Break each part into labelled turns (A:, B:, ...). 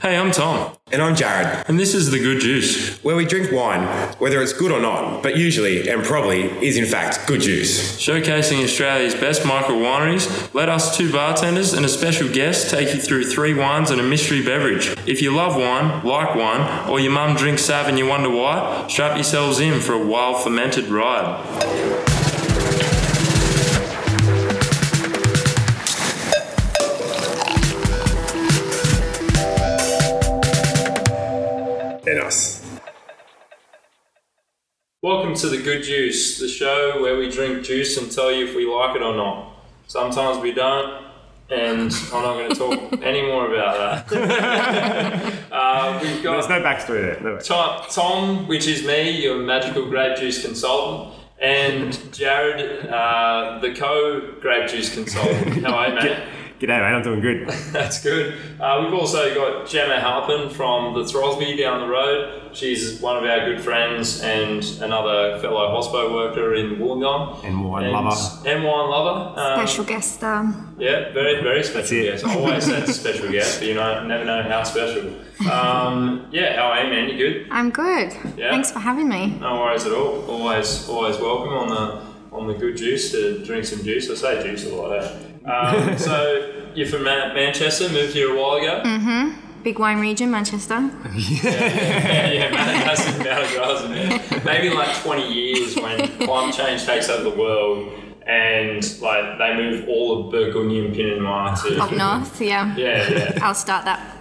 A: Hey, I'm Tom,
B: And I'm Jared,
A: and this is The Good Juice.
B: where we drink wine, whether it's good or not, but usually and probably is in fact good juice.
A: Showcasing Australia's best micro wineries, let us, two bartenders, and a special guest take you through three wines and a mystery beverage. If you love wine, like wine, or your mum drinks Sav and you wonder why, strap yourselves in for a wild fermented ride.
B: They're nice.
A: Welcome to The Good Juice, the show where we drink juice and tell you if we like it or not. Sometimes we don't, and I'm not going to talk any more about that. uh, we've got
C: There's no backstory there. No.
A: Tom, Tom, which is me, your magical grape juice consultant, and Jared, uh, the co grape juice consultant. How are you, mate?
C: G'day, mate. I'm doing good.
A: That's good. Uh, we've also got Gemma Halpin from the Throsby down the road. She's one of our good friends and another fellow hospo worker in Wollongong.
C: And wine lover.
A: And wine lover. Um,
D: special guest star.
A: Yeah, very, very special
C: it.
A: guest. I always say it's a special guest, but you know, never know how special. Um, yeah, how are you, man? You good?
D: I'm good.
A: Yeah.
D: Thanks for having me.
A: No worries at all. Always, always welcome on the on the good juice to drink some juice. I say juice a lot. Eh? Um, so you're from Ma- Manchester, moved here a while ago.
D: Mm-hmm. Big wine region, Manchester.
A: Yeah, yeah, man, massive amount of grass in there. Maybe in like 20 years when climate change takes over the world and like they move all of Burgundian Pinot Noir to
D: Up north, yeah.
A: Yeah, yeah.
D: I'll start that.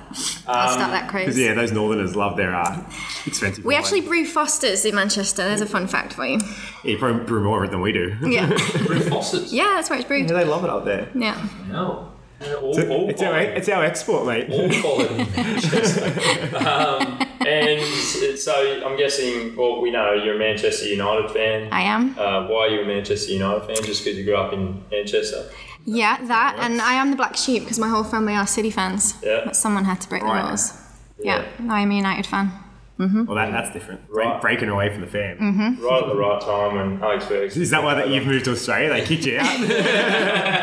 D: I'll start that cruise.
C: Because yeah, those Northerners love their uh, expensive.
D: We
C: wine.
D: actually brew Fosters in Manchester. There's a fun fact for you.
C: yeah, you probably brew more of it than we do. Yeah,
D: Yeah.
A: Brew Foster's.
D: yeah, that's where it's brewed.
C: they love it up there.
D: Yeah.
A: No. Yeah, all-
C: It's,
A: all
C: it's our,
A: fine.
C: it's our export,
D: Mm-hmm.
C: mate.
A: all quality. um, and so I'm guessing, well, we know you're a Manchester United fan.
D: I am.
A: Uh, why are you a Manchester United fan? Just because you grew up in Manchester.
D: Yeah, that. And I am the black sheep because my whole family are City fans.
A: Yeah.
D: But someone had to break
C: Right.
D: the rules. Yeah. I'm a United fan.
C: Well, that, that's different. Break,
A: Right.
C: Breaking away from the fam.
D: Mm-hmm.
A: Right at the right time when Alex Ferguson.
C: Is that why that you've moved to Australia? They kicked you out.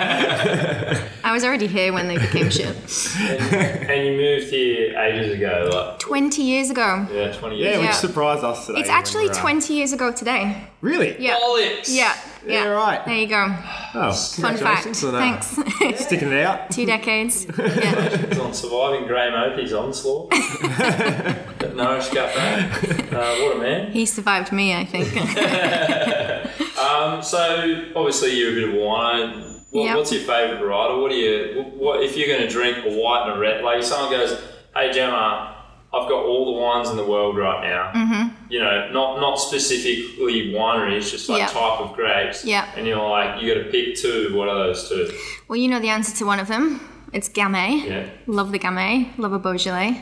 D: I was already here when they became shit.
A: And you moved here ages ago, like
D: 20 years ago.
A: yeah, 20 years
C: yeah,
A: ago.
D: Yeah.
C: which surprised us today.
D: It's
C: when
D: actually
C: we were, uh,
D: 20 years ago today.
C: Really?
D: Yeah.
A: Bollocks!
D: Yeah. Yeah.
C: Yeah, right.
D: There you go.
C: Oh,
D: Fun fact.
C: congratulations on that.
D: Thanks.
C: Sticking it out.
D: Two decades. Yeah.
A: It's on surviving Graham Opie's onslaught. At Norwich Cafe. Uh, what a man.
D: He survived me, I think.
A: Um, So obviously you're a bit of a wino. What,
D: Yep.
A: What's your favourite rider? What do you? What if you're going to drink a white and a red? Like if someone goes, "Hey Gemma, I've got all the wines in the world right now." Mm-hmm. You know, not not specifically wineries, just like
D: Yep.
A: type of grapes.
D: Yep.
A: And you're like, you got to pick two. What are those two?
D: well, you know the answer to one of them. It's Gamay.
A: Yeah.
D: Love the Gamay. Love a Beaujolais.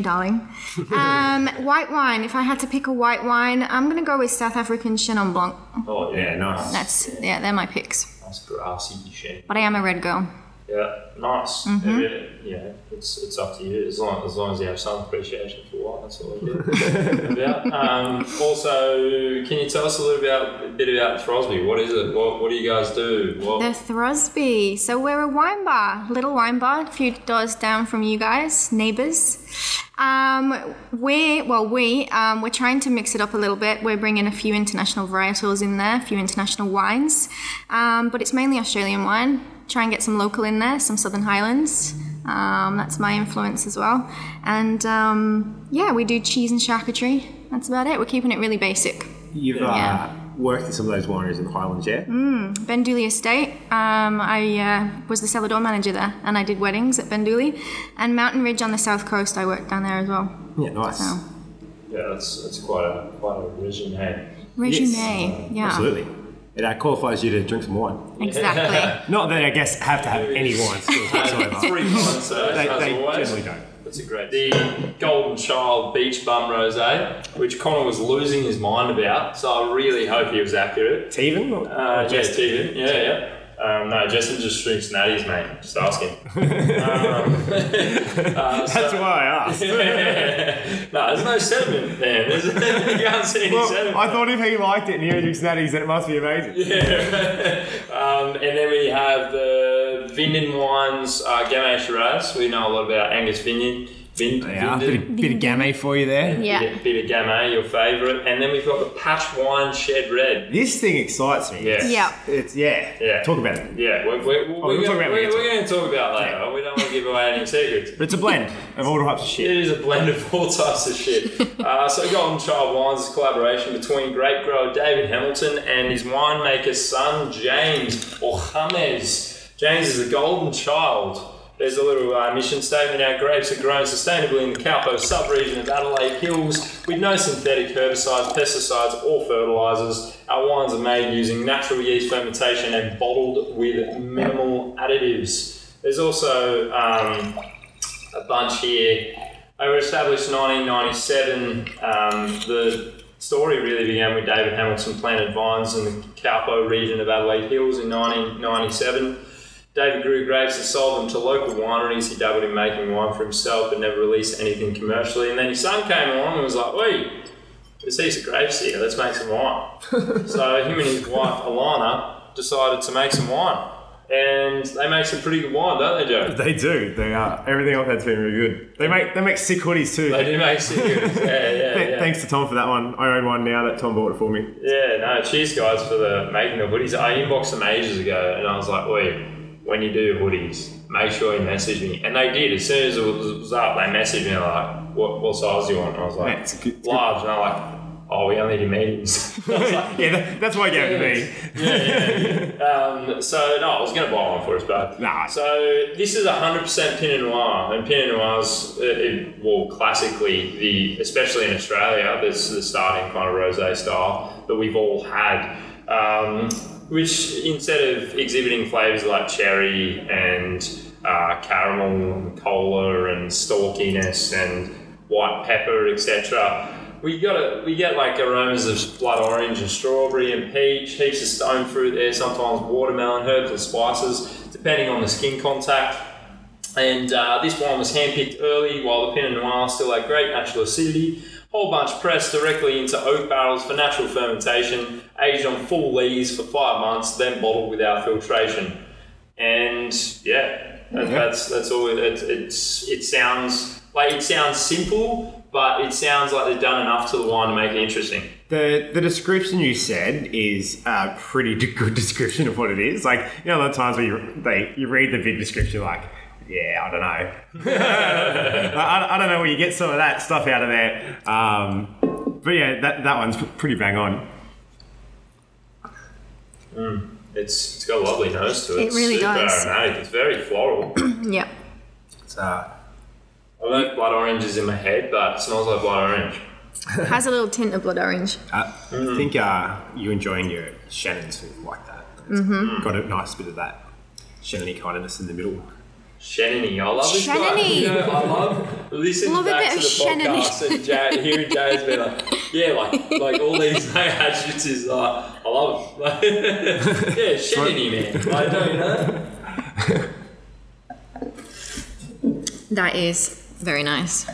D: darling. Um, white wine. If I had to pick a white wine, I'm going to go with South African Chenin Blanc.
A: Oh yeah,
C: Yeah, nice.
D: That's, yeah, they're my picks.
A: Nice grassy shit.
D: But I am a red girl.
A: Yeah, nice. Yeah, yeah, it's it's up to you as long as long as you have some appreciation for wine. That's all it is. yeah. Um, also, can you tell us a little about a bit about Throsby? What is it? What what do you guys do?
D: The
A: What,
D: Throsby. So we're a wine bar, little wine bar, a few doors down from you guys, neighbors. Um, we, well, we, um, we're trying to mix it up a little bit. We're bringing a few international varietals in there, a few international wines, um, but it's mainly Australian wine. Try and get some local in there, some Southern Highlands. Um, that's my influence as well. And um, yeah, we do cheese and charcuterie. That's about it. We're keeping it really basic.
C: You've
D: Yeah. Mm.
C: uh, worked at some of those wineries in the Highlands, yeah?
D: Bendouli Estate. Um, I uh, was the cellar door manager there, and I did weddings at Bendouli, and Mountain Ridge on the south coast. I worked down there as well.
C: Yeah, nice.
D: So,
A: yeah, that's that's quite a quite a resume.
D: resume, yeah,
C: Absolutely. It uh, qualifies you to drink some wine.
D: exactly.
C: Not that I guess have to have any wine skills whatsoever.
A: Three months, so
C: they
A: as
C: they
A: always.
C: generally don't.
A: That's a great. The Golden Child Beach Bum Rosé, which Connor was losing his mind about. So I really hope he was accurate.
C: It's even? Or,
A: Uh,
C: or
A: yeah,
C: just-
A: Tegan. Yeah, yeah. Um, no, Justin just drinks natties, mate. Just ask him. um, uh, so-
C: That's why I asked.
A: no, there's no sediment there. There's, you can't see any sediment.
C: I thought if he liked it and he drinks natties, then it must be amazing.
A: um, and then we have the Vineyard Wines uh, Gamay Shiraz. We know a lot about Angus Vineyard. Vin-
C: Yeah, bit
A: Vinden.
C: of, bit of gamay for you there.
D: Yeah.
A: Bit, bit of Gamay, your favourite. And then we've got the Patch Wine Shed Red.
C: This thing excites me.
A: Yes.
D: Yeah.
C: It's yeah.
A: Yeah.
C: Talk about it.
A: Yeah, we're, we're, we're,
C: we'll
A: we're,
C: talk
A: gonna,
C: Oh, about it
A: we're,
C: later.
A: we're going to talk about later.
C: Yeah.
A: We don't want to give away any secrets.
C: But it's a blend of all types of shit.
A: It is a blend of all types of shit. uh, so Golden Child Wines is a collaboration between grape grower David Hamilton and his winemaker son James or James. James is a golden child. There's a little uh, mission statement. Our grapes are grown sustainably in the Cowpo subregion of Adelaide Hills with no synthetic herbicides, pesticides, or fertilisers. Our wines are made using natural yeast fermentation and bottled with minimal additives. There's also um, a bunch here. They were established in 1997. Um, the story really began with David Hamilton planted vines in the Cowpo region of Adelaide Hills in 1997. David grew grapes and sold them to local wineries. He dabbled in making wine for himself but never released anything commercially. And then his son came along and was like, Wait, there's heaps of grapes here, let's make some wine. so him and his wife, Alana, decided to make some wine. And they make some pretty good wine, don't they, Joe?
C: They do. They are. Everything I've had's been really good. They make they make sick hoodies too.
A: They do make secrets. Yeah, yeah,
C: Th-
A: yeah.
C: Thanks to Tom for that one. I own one now that Tom bought it for me.
A: Yeah, no, cheers guys for the making the hoodies. I inboxed them ages ago and I was like, oi, when you do hoodies, make sure you message me. And they did. As soon as it was was up, they messaged me like, what, what size do you want? And I was like,
C: Yeah, it's a good- it's good.
A: large. And I'm like, oh, we only do mediums. I was like,
C: yeah, that, that's why I gave it to me.
A: um, so no, I was going to buy one for us, but
C: Nah.
A: So this is hundred percent Pinot Noir, and Pinot Noirs, uh, it, well, classically the, especially in Australia, this is the starting kind of rosé style that we've all had. Um, which instead of exhibiting flavors like cherry and uh, caramel and cola and stalkiness and white pepper, etc. We got a, we get like aromas of blood orange and strawberry and peach, heaps of stone fruit there, sometimes watermelon, herbs and spices, depending on the skin contact. And uh, this wine was handpicked early, while the Pinot Noir still had great natural acidity. Whole bunch pressed directly into oak barrels for natural fermentation, aged on full lees for five months, then bottled without filtration. And yeah, that, that's that's all. It, it, it's it sounds like it sounds simple, but it sounds like they've done enough to the wine to make it interesting.
C: The the description you said is a pretty d- good description of what it is. Like you know, the times where you they, you read the big description, you're like. Yeah, I don't know. I- I, I don't know where you get some of that stuff out of there. Um, but yeah, that, that one's pretty bang on.
A: It's it's got a lovely nose to it.
D: It
A: It's
D: really
A: super
D: does.
A: Aromatic. It's very floral.
D: Yeah.
C: It's, uh,
A: I know blood orange is in my head, but it smells like blood orange.
D: Has a little tint of blood orange.
C: Uh,
A: Mm.
C: I think uh, you enjoying your Shannon's food like that. It's Got a nice bit of that Shannon kindness in the middle.
A: Shannony, I love this guy.
D: Shannony.
A: You know, I love listening
D: Love a
A: back
D: bit
A: to
D: of
A: the podcast
D: Shannony.
A: and Jay, hearing Jay's been like, yeah, like like all these adjectives is like, I love it. Like, yeah, Shannony, man. Like, don't you know?
D: That is very nice.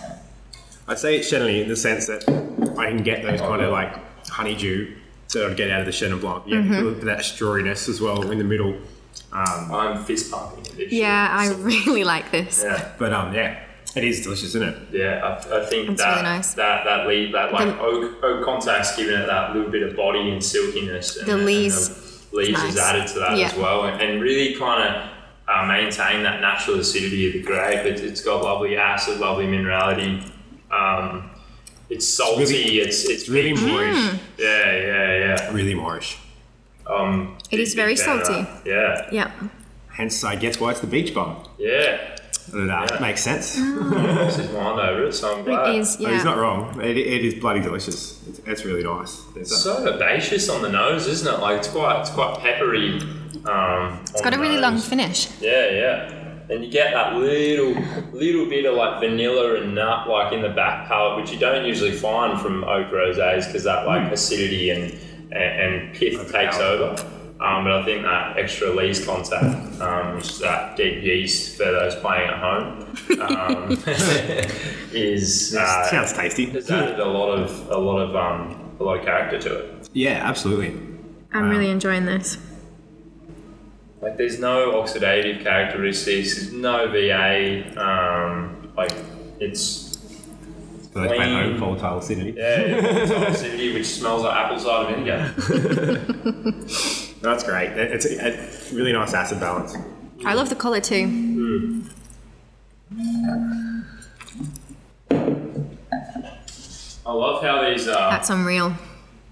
C: I say it's Shannon in the sense that I can get those kind of like honeydew that I'd get out of the Shannon Blanc. Yeah, with that strawiness as well in the middle. Um,
A: I'm fist pumping at this
D: Yeah, I
A: shit.
D: really like this.
A: Yeah,
C: but um, yeah, it is delicious, isn't it?
A: yeah, I, I think
D: It's
A: that,
D: really nice.
A: that that lead that like
D: The-
A: oak oak contact's giving it that little bit of body and silkiness. And
D: The
A: and
D: lees.
A: the lees
D: Nice.
A: is added to that
D: Yeah.
A: as well, and, and really kind of uh, maintain that natural acidity of the grape. It, it's got lovely acid, lovely minerality. Um, it's salty. It's
C: really-
A: it's,
C: Really Moorish.
D: Hmm.
A: yeah yeah
C: Really Moorish.
A: yeah. Um,
D: It
A: big,
D: is very
A: big fan of
D: salty.
A: that. Yeah
D: Yeah.
C: Hence, I guess why it's the beach bomb.
A: yeah.
C: That uh, makes sense.
A: This is wine over it, so I'm glad.
D: It is,
C: But he's not
D: yeah.
C: wrong. It, it is bloody delicious. It's, it's uh, really nice. There's
A: It's
C: a-
A: so herbaceous on the nose, isn't it? Like it's quite, it's quite peppery. Um,
D: It's got a really long finish.
A: Yeah, yeah. And you get that little, little bit of like vanilla and nut, like in the back palate, which you don't usually find from oak rosés because that like
D: Hmm.
A: acidity and and, and pith takes over. Um, but I think that extra lees contact, um, which is that deep yeast for those playing at home, um, is uh,
C: sounds tasty.
A: has added a lot of a lot of um, a lot of character to it.
C: Yeah, absolutely.
D: I'm really enjoying this.
A: Like there's no oxidative characteristics, there's no VA. Um, like It's
C: For those playing at home,
A: Clean.
C: volatile acidity.
A: yeah, it's acidity which smells like apple cider vinegar.
C: That's great. It- It's a, a really nice acid balance.
D: I love the colour too.
A: I love how these uh,
D: That's unreal.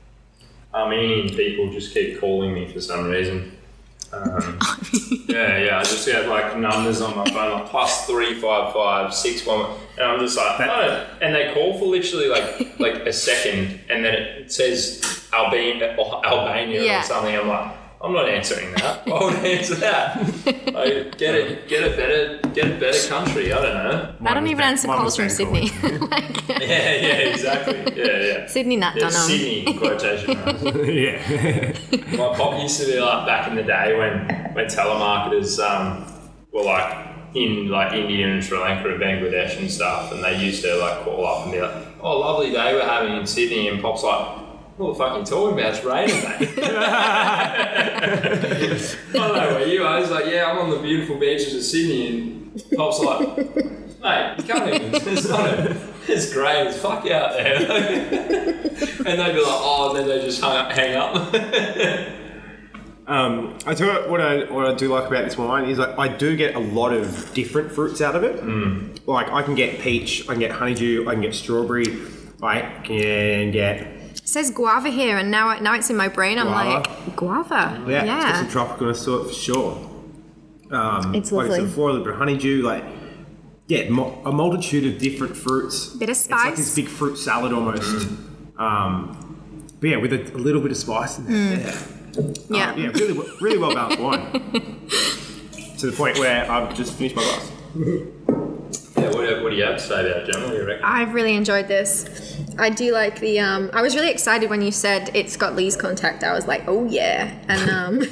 A: Armenian people just keep calling me for some reason. Um, yeah, yeah. I just have like numbers on my phone, like plus three five five six one, and I'm just like,
C: That-
A: oh. and they call for literally like like a second, and then it says Albania or Albania
D: Yeah.
A: or something. I'm like, I'm not answering that. I would answer that. I get it, get a better, get a better country. I don't know.
D: I
C: Mine
D: don't
C: was
D: even
C: Dan-
D: answer
C: mine
D: calls
C: was
D: from
C: Dan
D: Sydney.
C: calling.
D: like,
A: Yeah, yeah, exactly. Yeah, yeah.
D: Sydney Nat
A: Yeah,
D: Dunham.
A: Sydney quotation marks.
C: yeah.
A: My pop used to be like back in the day when when telemarketers um, were like in like India and Sri Lanka and Bangladesh and stuff, and they used to like call up and be like, "Oh, lovely day we're having in Sydney," and pops like. What the fuck are you talking about? It's raining, mate. I don't know where you are. He's like, yeah, I'm on the beautiful beaches of Sydney, and Pop's like, mate, come in. It's not. A, it's grey as fuck out there. and they'd be like, oh, and then they just hung up, hang up.
C: Um, I tell you what I what I do like about this wine is like I do get a lot of different fruits out of it. Like I can get peach, I can get honeydew, I can get strawberry, I can get
D: It says guava here, and now now it's in my brain. I'm
C: Guava.
D: like guava.
C: yeah, it's got some tropicalness to it for sure. Um,
D: It's
C: like I
D: lovely.
C: said before, a little bit of honeydew, like yeah, mo- a multitude of different fruits.
D: Bit of
C: It's like this
D: spice.
C: big fruit salad almost. um, but yeah, with a, a little bit of spice in there. Yeah.
D: Mm. yeah.
C: Yeah, really, w- really well balanced wine. to the point where I've just finished my glass.
A: Yeah, what, do- what do you have to say about it, Gemma? What do you reckon?
D: I've really enjoyed this. I do like the. Um, I was really excited when you said it's got Lee's contact. I was like, oh yeah, and um,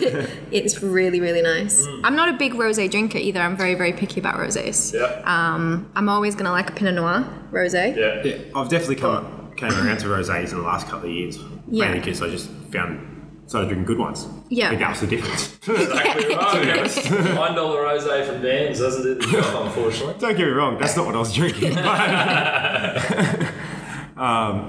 D: it's really really nice.
C: Mm.
D: I'm not a big rosé drinker either. I'm very very picky about rosés.
A: Yeah.
D: Um, I'm always gonna like a Pinot Noir rosé.
A: yeah.
C: Yeah, I've definitely come came around to rosés in the last couple of years,
D: Yeah.
C: mainly because I just found started drinking good ones.
D: Yeah.
C: I think that was the difference.
A: Exactly right. One dollar rose from Dan's doesn't do the job, unfortunately.
C: Don't get me wrong, that's not what I was drinking. But, um,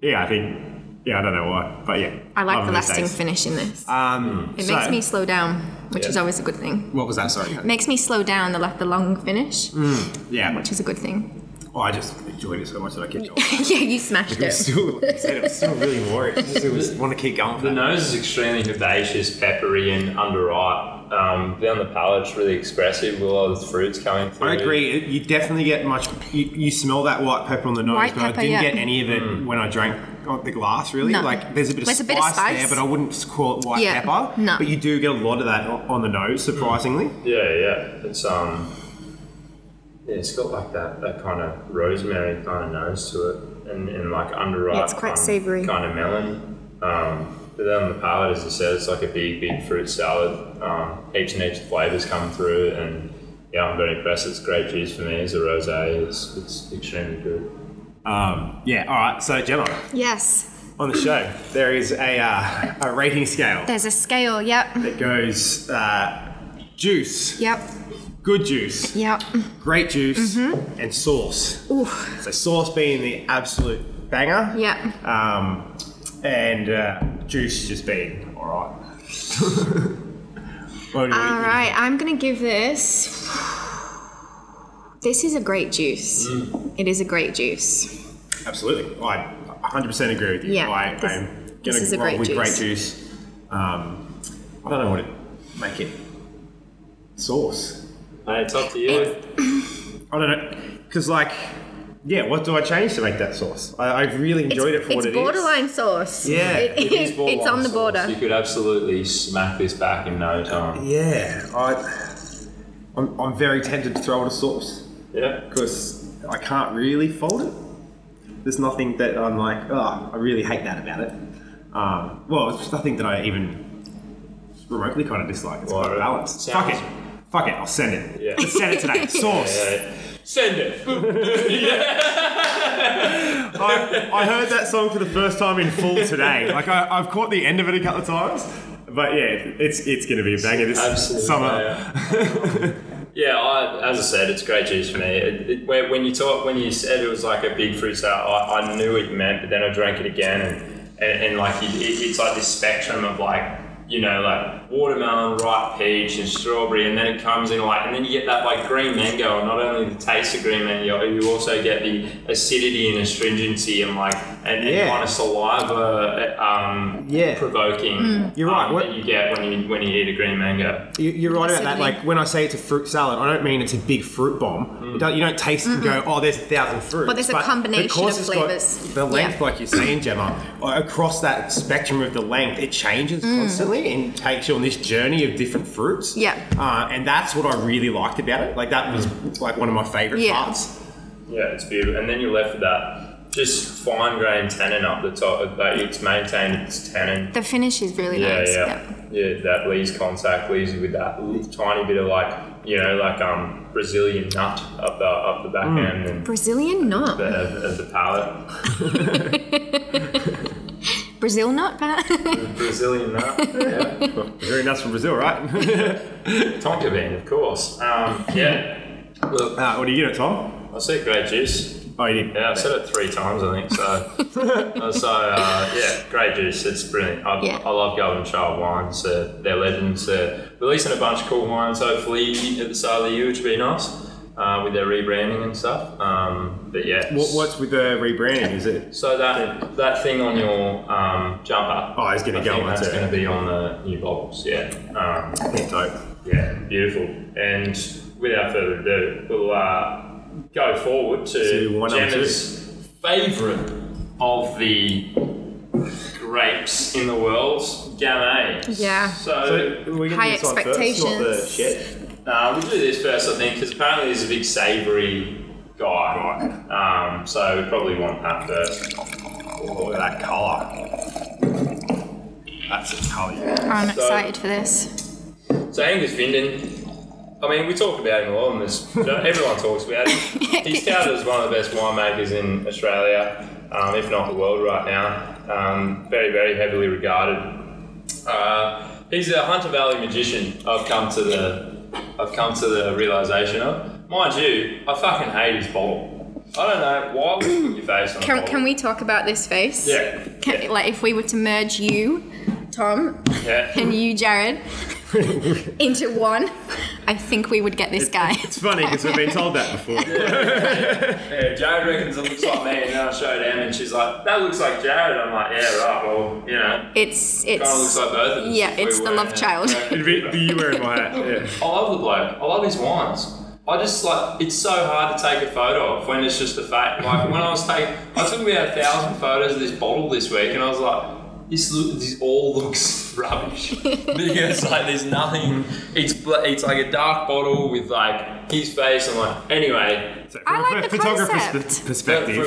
C: yeah, I think. Yeah, I don't know why, but yeah.
D: I like
C: love
D: the
C: those
D: lasting
C: days.
D: finish in this.
C: Um,
D: it
C: so-
D: makes me slow down, which is
A: Yeah.
D: always a good thing.
C: What was that? Sorry.
D: Makes me slow down the like the long finish,
C: Mm. Yeah.
D: which is a good thing.
C: Oh, I just enjoyed it so much that I kept going.
D: yeah, you
C: It
D: smashed
C: was
D: it.
C: still, like I said, it was still really warm. It still was, want to keep going. for
A: The
C: that.
A: nose is extremely herbaceous, peppery, and underripe. Um, down the palate, it's really expressive with all the fruits coming through.
C: I agree. it- You definitely get much. You, you smell that white pepper on the nose,
D: White
C: but
D: pepper,
C: I didn't
D: yeah.
C: get any of it when I drank uh, the glass. Really,
D: No.
C: like there's a bit of
D: There's a
C: spice
D: bit of spice.
C: there, but I wouldn't call it white
D: Yeah,
C: pepper.
D: no.
C: But you do get a lot of that o- on the nose, surprisingly.
A: Yeah, yeah. It's um, yeah, it's got like that that kind of rosemary kind of nose to it, and, and like underripe.
D: Yeah, it's quite
A: kind,
D: savoury.
A: Kind of melon. Um, but then on the palate, as I said, it's like a big, big fruit salad. Um, each and each flavors come through, and yeah, I'm very impressed. It's grape juice for me as a rosé. It's it's extremely good.
C: Um, yeah. All right. So Gemma,
D: Yes,
C: on the show, there is a uh, a rating scale
D: there's a scale. Yep,
C: that goes uh, juice,
D: yep,
C: good juice,
D: yep.
C: great juice, and sauce.
D: Mm-hmm. Oof.
C: So sauce being the absolute banger.
D: Yeah.
C: Um, and uh, juice just being all right. What do you-
D: All right, I'm gonna give this. This is a great juice. It is a great juice.
C: Absolutely. I 100% agree with you.
D: Yeah,
C: I,
D: this-
C: I'm going
D: this is
C: to
D: a
C: roll
D: great
C: with great
D: juice.
C: juice. Um, I don't know what it make it sauce.
A: Hey, it's up to you.
C: I don't know because like yeah, what do I change to make that sauce? I, I really enjoyed it for
D: it's
C: what it is.
D: borderline sauce.
C: Yeah,
D: It-
A: It is
D: it's
A: borderline
D: on the
A: sauce.
D: border.
A: You could absolutely smack this back in no time.
C: Yeah, I I'm, I'm very tempted to throw it a sauce.
A: Yeah.
C: because I can't really fold it. There's nothing that I'm like, oh, I really hate that about it. Um, well, it's just nothing that I even remotely kind of dislike. It's quite
A: Well,
C: balanced.
A: it
C: Fuck it.
A: sounds-
C: Fuck it. I'll send it.
A: Yeah.
C: Let's send it today. Sauce.
A: Yeah. Send it.
C: I, I heard that song for the first time in full today. Like I, I've caught the end of it a couple of times, but yeah, it's it's gonna be a banger this
A: Absolutely,
C: summer.
A: yeah. Yeah, I, as I said, it's great juice for me. It, it, when when you talk, when you said it was like a big fruit sour, I, I knew what you meant, but then I drank it again, and and, and like it, it, it's like this spectrum of like you know like watermelon, ripe peach, and strawberry, and then it comes in like, and then you get that like green mango, and not only the taste of green mango, you also get the acidity and astringency and like and, and
C: Yeah.
A: kind of saliva um,
C: Yeah.
A: provoking.
C: You're right.
A: um,
C: What-
A: that you get when you when you eat a green mango.
C: You, you're right about that.
D: Acidity.
C: Like when I say it's a fruit salad, I don't mean it's a big fruit bomb. You, don't, you don't taste it and go, "Oh, there's a thousand fruits."
D: But there's a combination
C: because
D: of
C: it's got
D: flavours.
C: The length,
D: Yeah.
C: like you're saying, Gemma, uh, across that spectrum of the length, it changes constantly and takes you on this journey of different fruits.
D: Mm. Yeah.
C: Uh, and that's what I really liked about it. Like that was like one of my favorite
D: Yeah.
C: parts.
A: Yeah, it's beautiful. And then you're left with that just fine grained tannin up the top. Like it's maintained its tannin.
D: The finish is really
A: Yeah,
D: nice.
A: yeah,
D: Yep.
A: yeah. That leaves contact leaves you with that little tiny bit of like you know like um Brazilian nut up the up the back
C: Mm.
A: end and
D: Brazilian knot.
A: the, of the palate.
D: Brazil knot, perhaps?
A: Brazilian nut. Yeah.
C: Very nuts from Brazil, right?
A: Tonka bean, of course. Um, yeah. Look,
C: uh, what do you know, Tom?
A: I said great juice.
C: Oh, you did.
A: Yeah, I've said it three times, I think. So, Uh, so uh, yeah, great juice. It's brilliant. I,
D: Yeah.
A: I love Golden Child wines. Uh, they're legends. Uh, releasing a bunch of cool wines, hopefully, at the start of the year, which would be nice uh, with their rebranding and stuff. Um, but yeah.
C: What, what's with the rebranding? Is it?
A: So that that thing on your um, jumper.
C: Oh, it's gonna
A: I
C: go
A: think
C: on
A: That's
C: to-
A: going to be on the new bottles. Yeah. Um,
C: Dope.
A: yeah, beautiful. And without further ado, we'll uh, go forward
C: So
A: to
C: one or
A: Gemma's favourite of the grapes in the world, Gamay.
D: Yeah.
A: So,
C: So we're gonna
D: High
C: do this one first, not the
D: expectations.
C: shit.
A: uh, we'll do this first, I think, because apparently he's a big savoury guy. Um, so we probably want that first.
C: Oh, look at that colour. That's a colour.
D: I'm
A: So-
D: excited for this.
A: So Angus Vinden, I mean, we talk about him a lot, and this, everyone talks about him. He's touted as one of the best winemakers in Australia, um, if not the world right now. Um, very, very heavily regarded. Uh, he's a Hunter Valley magician. I've come to the, I've come to the realization of. Mind you, I fucking hate his bottle. I don't know why would you put your face on. a
D: Can,
A: bottle?
D: can we talk about this face?
A: Yeah.
D: Can,
A: yeah.
D: Like, if we were to merge you, Tom,
A: yeah.
D: and you, Jared, into one, I think we would get this guy.
C: It's funny because we've been told that before.
A: Yeah, Jared reckons it looks like me, and then I showed Em, and she's like, "That looks like Jared." I'm like, "Yeah, right. Well, you know,
D: It's
A: kind of looks
D: it's
A: like both of us."
D: yeah,
A: if we
D: it's the
A: were
D: love
A: in it.
D: child.
C: It'd be, be you wearing my hat. Yeah.
A: I love the bloke. I love his wines. I just like it's so hard to take a photo of when it's just a fact. Like when I was taking, I took about a thousand photos of this bottle this week, and I was like, "This look, this all looks rubbish." because like there's nothing. It's bla- it's like a dark bottle with like his face. and like, anyway.
C: So
D: I
C: from
D: like
C: a
D: the
C: photographer's
D: concept.
C: p- perspective.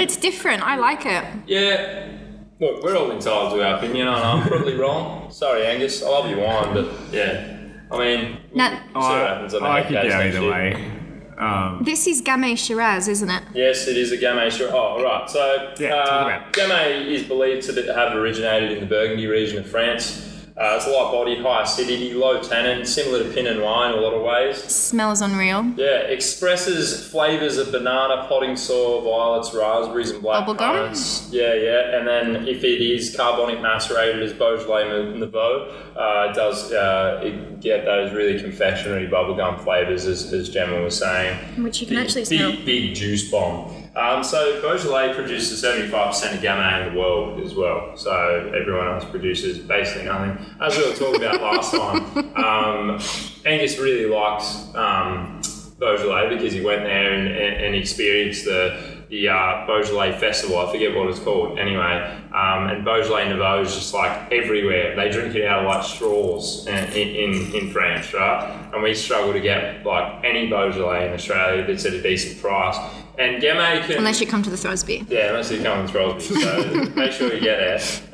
D: It's different. I like it.
A: Yeah. Look, we're all entitled to our opinion, and I'm probably wrong. Sorry, Angus. I love your wine, but yeah. I mean,
D: Now,
A: so happens. I, mean,
C: I
A: it
C: could
A: goes
C: go
A: next
C: either
A: year.
C: way. Um,
D: this is Gamay Shiraz, isn't it?
A: Yes, it is a Gamay Shiraz. Oh, right. So,
C: Yeah, talk
A: uh,
C: about
A: Gamay is believed to be- have originated in the Burgundy region of France. Uh, it's light bodied, high acidity, low tannin, similar to Pinot Noir in a lot of ways.
D: Smells unreal.
A: Yeah, expresses flavours of banana, potting soil, violets, raspberries, and black
D: Bubblegum?
A: currants. Yeah, yeah. And then if it is carbonic macerated as Beaujolais Nouveau, uh, it does uh, it get those really confectionery bubblegum flavours, as, as Gemma was saying
D: Which you can
A: big,
D: actually
A: big,
D: smell.
A: big juice bomb. Um, so Beaujolais produces 75% of Gamay in the world as well. So everyone else produces basically nothing. As we were talking about last time, um, Angus really liked um, Beaujolais because he went there and, and, and experienced the the uh, Beaujolais festival. I forget what it's called. Anyway, um, and Beaujolais Nouveau is just like everywhere. They drink it out of like straws in, in, in- in France, right? And we struggle to get like any Beaujolais in Australia that's at a decent price. And Gamay can
D: Unless you come to the Throsby.
A: yeah, unless you come with Throsby, so make sure you get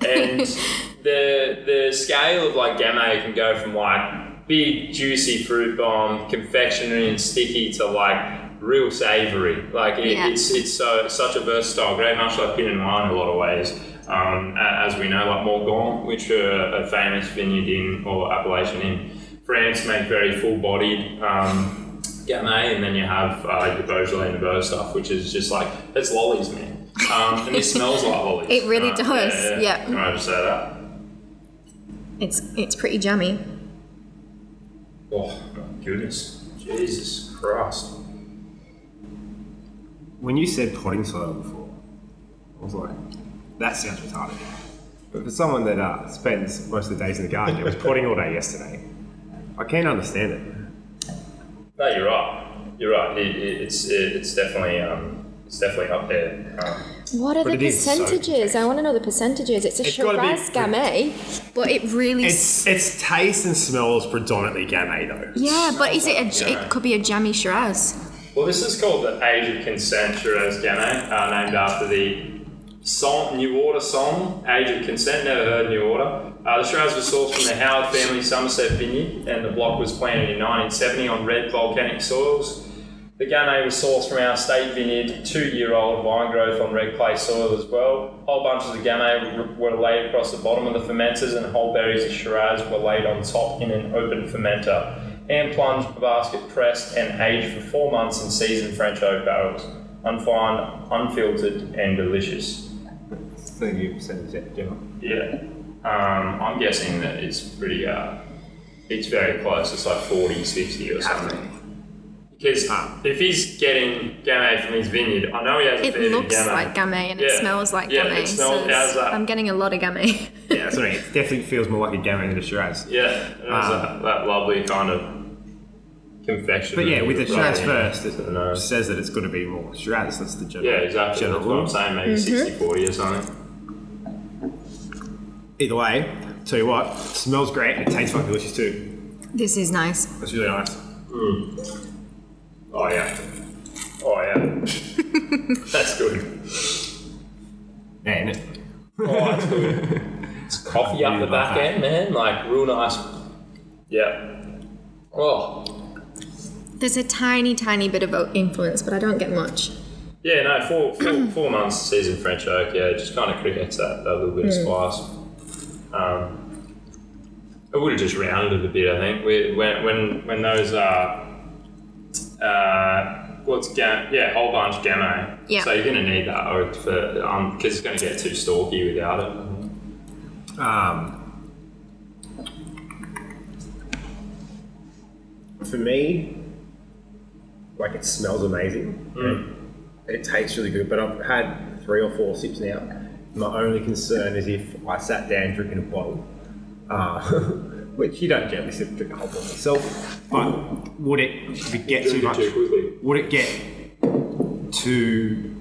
A: there. And the the scale of like Gamay can go from like big juicy fruit bomb, confectionery and sticky to like real savoury. Like it,
D: Yeah.
A: it's it's so such a versatile grape, much like Pinot Noir in a lot of ways. Um, a- as we know, like Morgon, which uh, are a famous vineyard in or appellation in France, make very full-bodied. Um, Gamay, and then you have uh, your Beaujolais and Burr stuff, which is just like it's lollies, man. Um, and this smells like lollies.
D: It really
A: Can I-
D: does,
A: Yeah, yeah.
D: yep.
A: Can I just say that?
D: It's it's pretty yummy.
A: Oh my goodness, Jesus Christ!
C: When you said potting soil before, I was like, that sounds retarded. But for someone that uh, spends most of the days in the garden, it was potting all day yesterday. I can't understand it.
A: No, you're right. You're right. It, it, it's it, it's definitely um, it's definitely up there. Um,
E: What are
C: But
E: the
C: it is so
E: percentages? I want to know the percentages. It's a
C: It's gotta be
E: Shiraz Gamay.
D: Well, it really. s-
C: It's its taste and smell is predominantly Gamay though.
D: yeah, but is it? A, j-
A: Yeah.
D: It could be a jammy Shiraz.
A: Well, this is called the Age of Consent Shiraz Gamay, uh, named after the song, New Order song, Age of Consent. Never heard New Order. Uh, the Shiraz was sourced from the Howard family Somerset vineyard, and the block was planted in 1970 on red volcanic soils. The Gamay was sourced from our state vineyard, two-year-old vine growth on red clay soil as well. Whole bunches of Gamay were laid across the bottom of the fermenters, and whole berries of Shiraz were laid on top in an open fermenter. Hand plunged, basket pressed, and aged for four months in seasoned French oak barrels. Unfined, unfiltered, and delicious.
C: Thirty percent Gamay.
A: Yeah, um, I'm guessing that it's pretty. Uh, it's very close. It's like 40, 60 or something. Because if he's getting Gamay from his vineyard, I know he has a
D: It
A: fair bit of
D: looks like gamay and it
A: Yeah.
D: smells like
A: yeah,
D: gamay.
A: It smells, uh,
D: so
A: how's
D: it's-
A: that?
D: I'm getting a lot of gamay.
C: Yeah, that's what I mean. It definitely feels more like a Gamay than a Shiraz.
A: yeah, it has
C: Ah.
A: that, that lovely kind of confection.
C: But yeah, with the Shiraz
A: Right.
C: first, it
A: No.
C: says that it's going to be more Shiraz. That's the general.
A: Yeah, exactly.
C: General
A: That's what I'm
C: rule.
A: saying, maybe
D: Mm-hmm.
A: 60 40 or something.
C: Either way, tell you what, it smells great. and It tastes fucking delicious too.
D: this is nice.
C: That's really nice.
A: Oh, yeah. Oh, yeah. That's good.
C: Man, it-
A: Oh, It's coffee up the back end, man. Like, real nice. Yeah. Oh,
D: There's a tiny, tiny bit of oat influence, but I don't get much.
A: Yeah, no, four, four, four months seasoned French oak, yeah, just kind of crickets that, that little bit of spice. Um, I would have just rounded it a bit, I think. We, when, when, when those, uh, uh, what's ga- yeah, whole bunch gamay.
D: Yeah.
A: So you're going to need that oak for, um, because it's going to get too stalky without it.
C: Um, for me, like it smells amazing. It tastes really good, but I've had three or four sips now. My only concern is if I sat down drinking a bottle, uh, which you don't generally sip drink a whole bottle yourself. But would it, if it get too much?
A: quickly.
C: Would it get too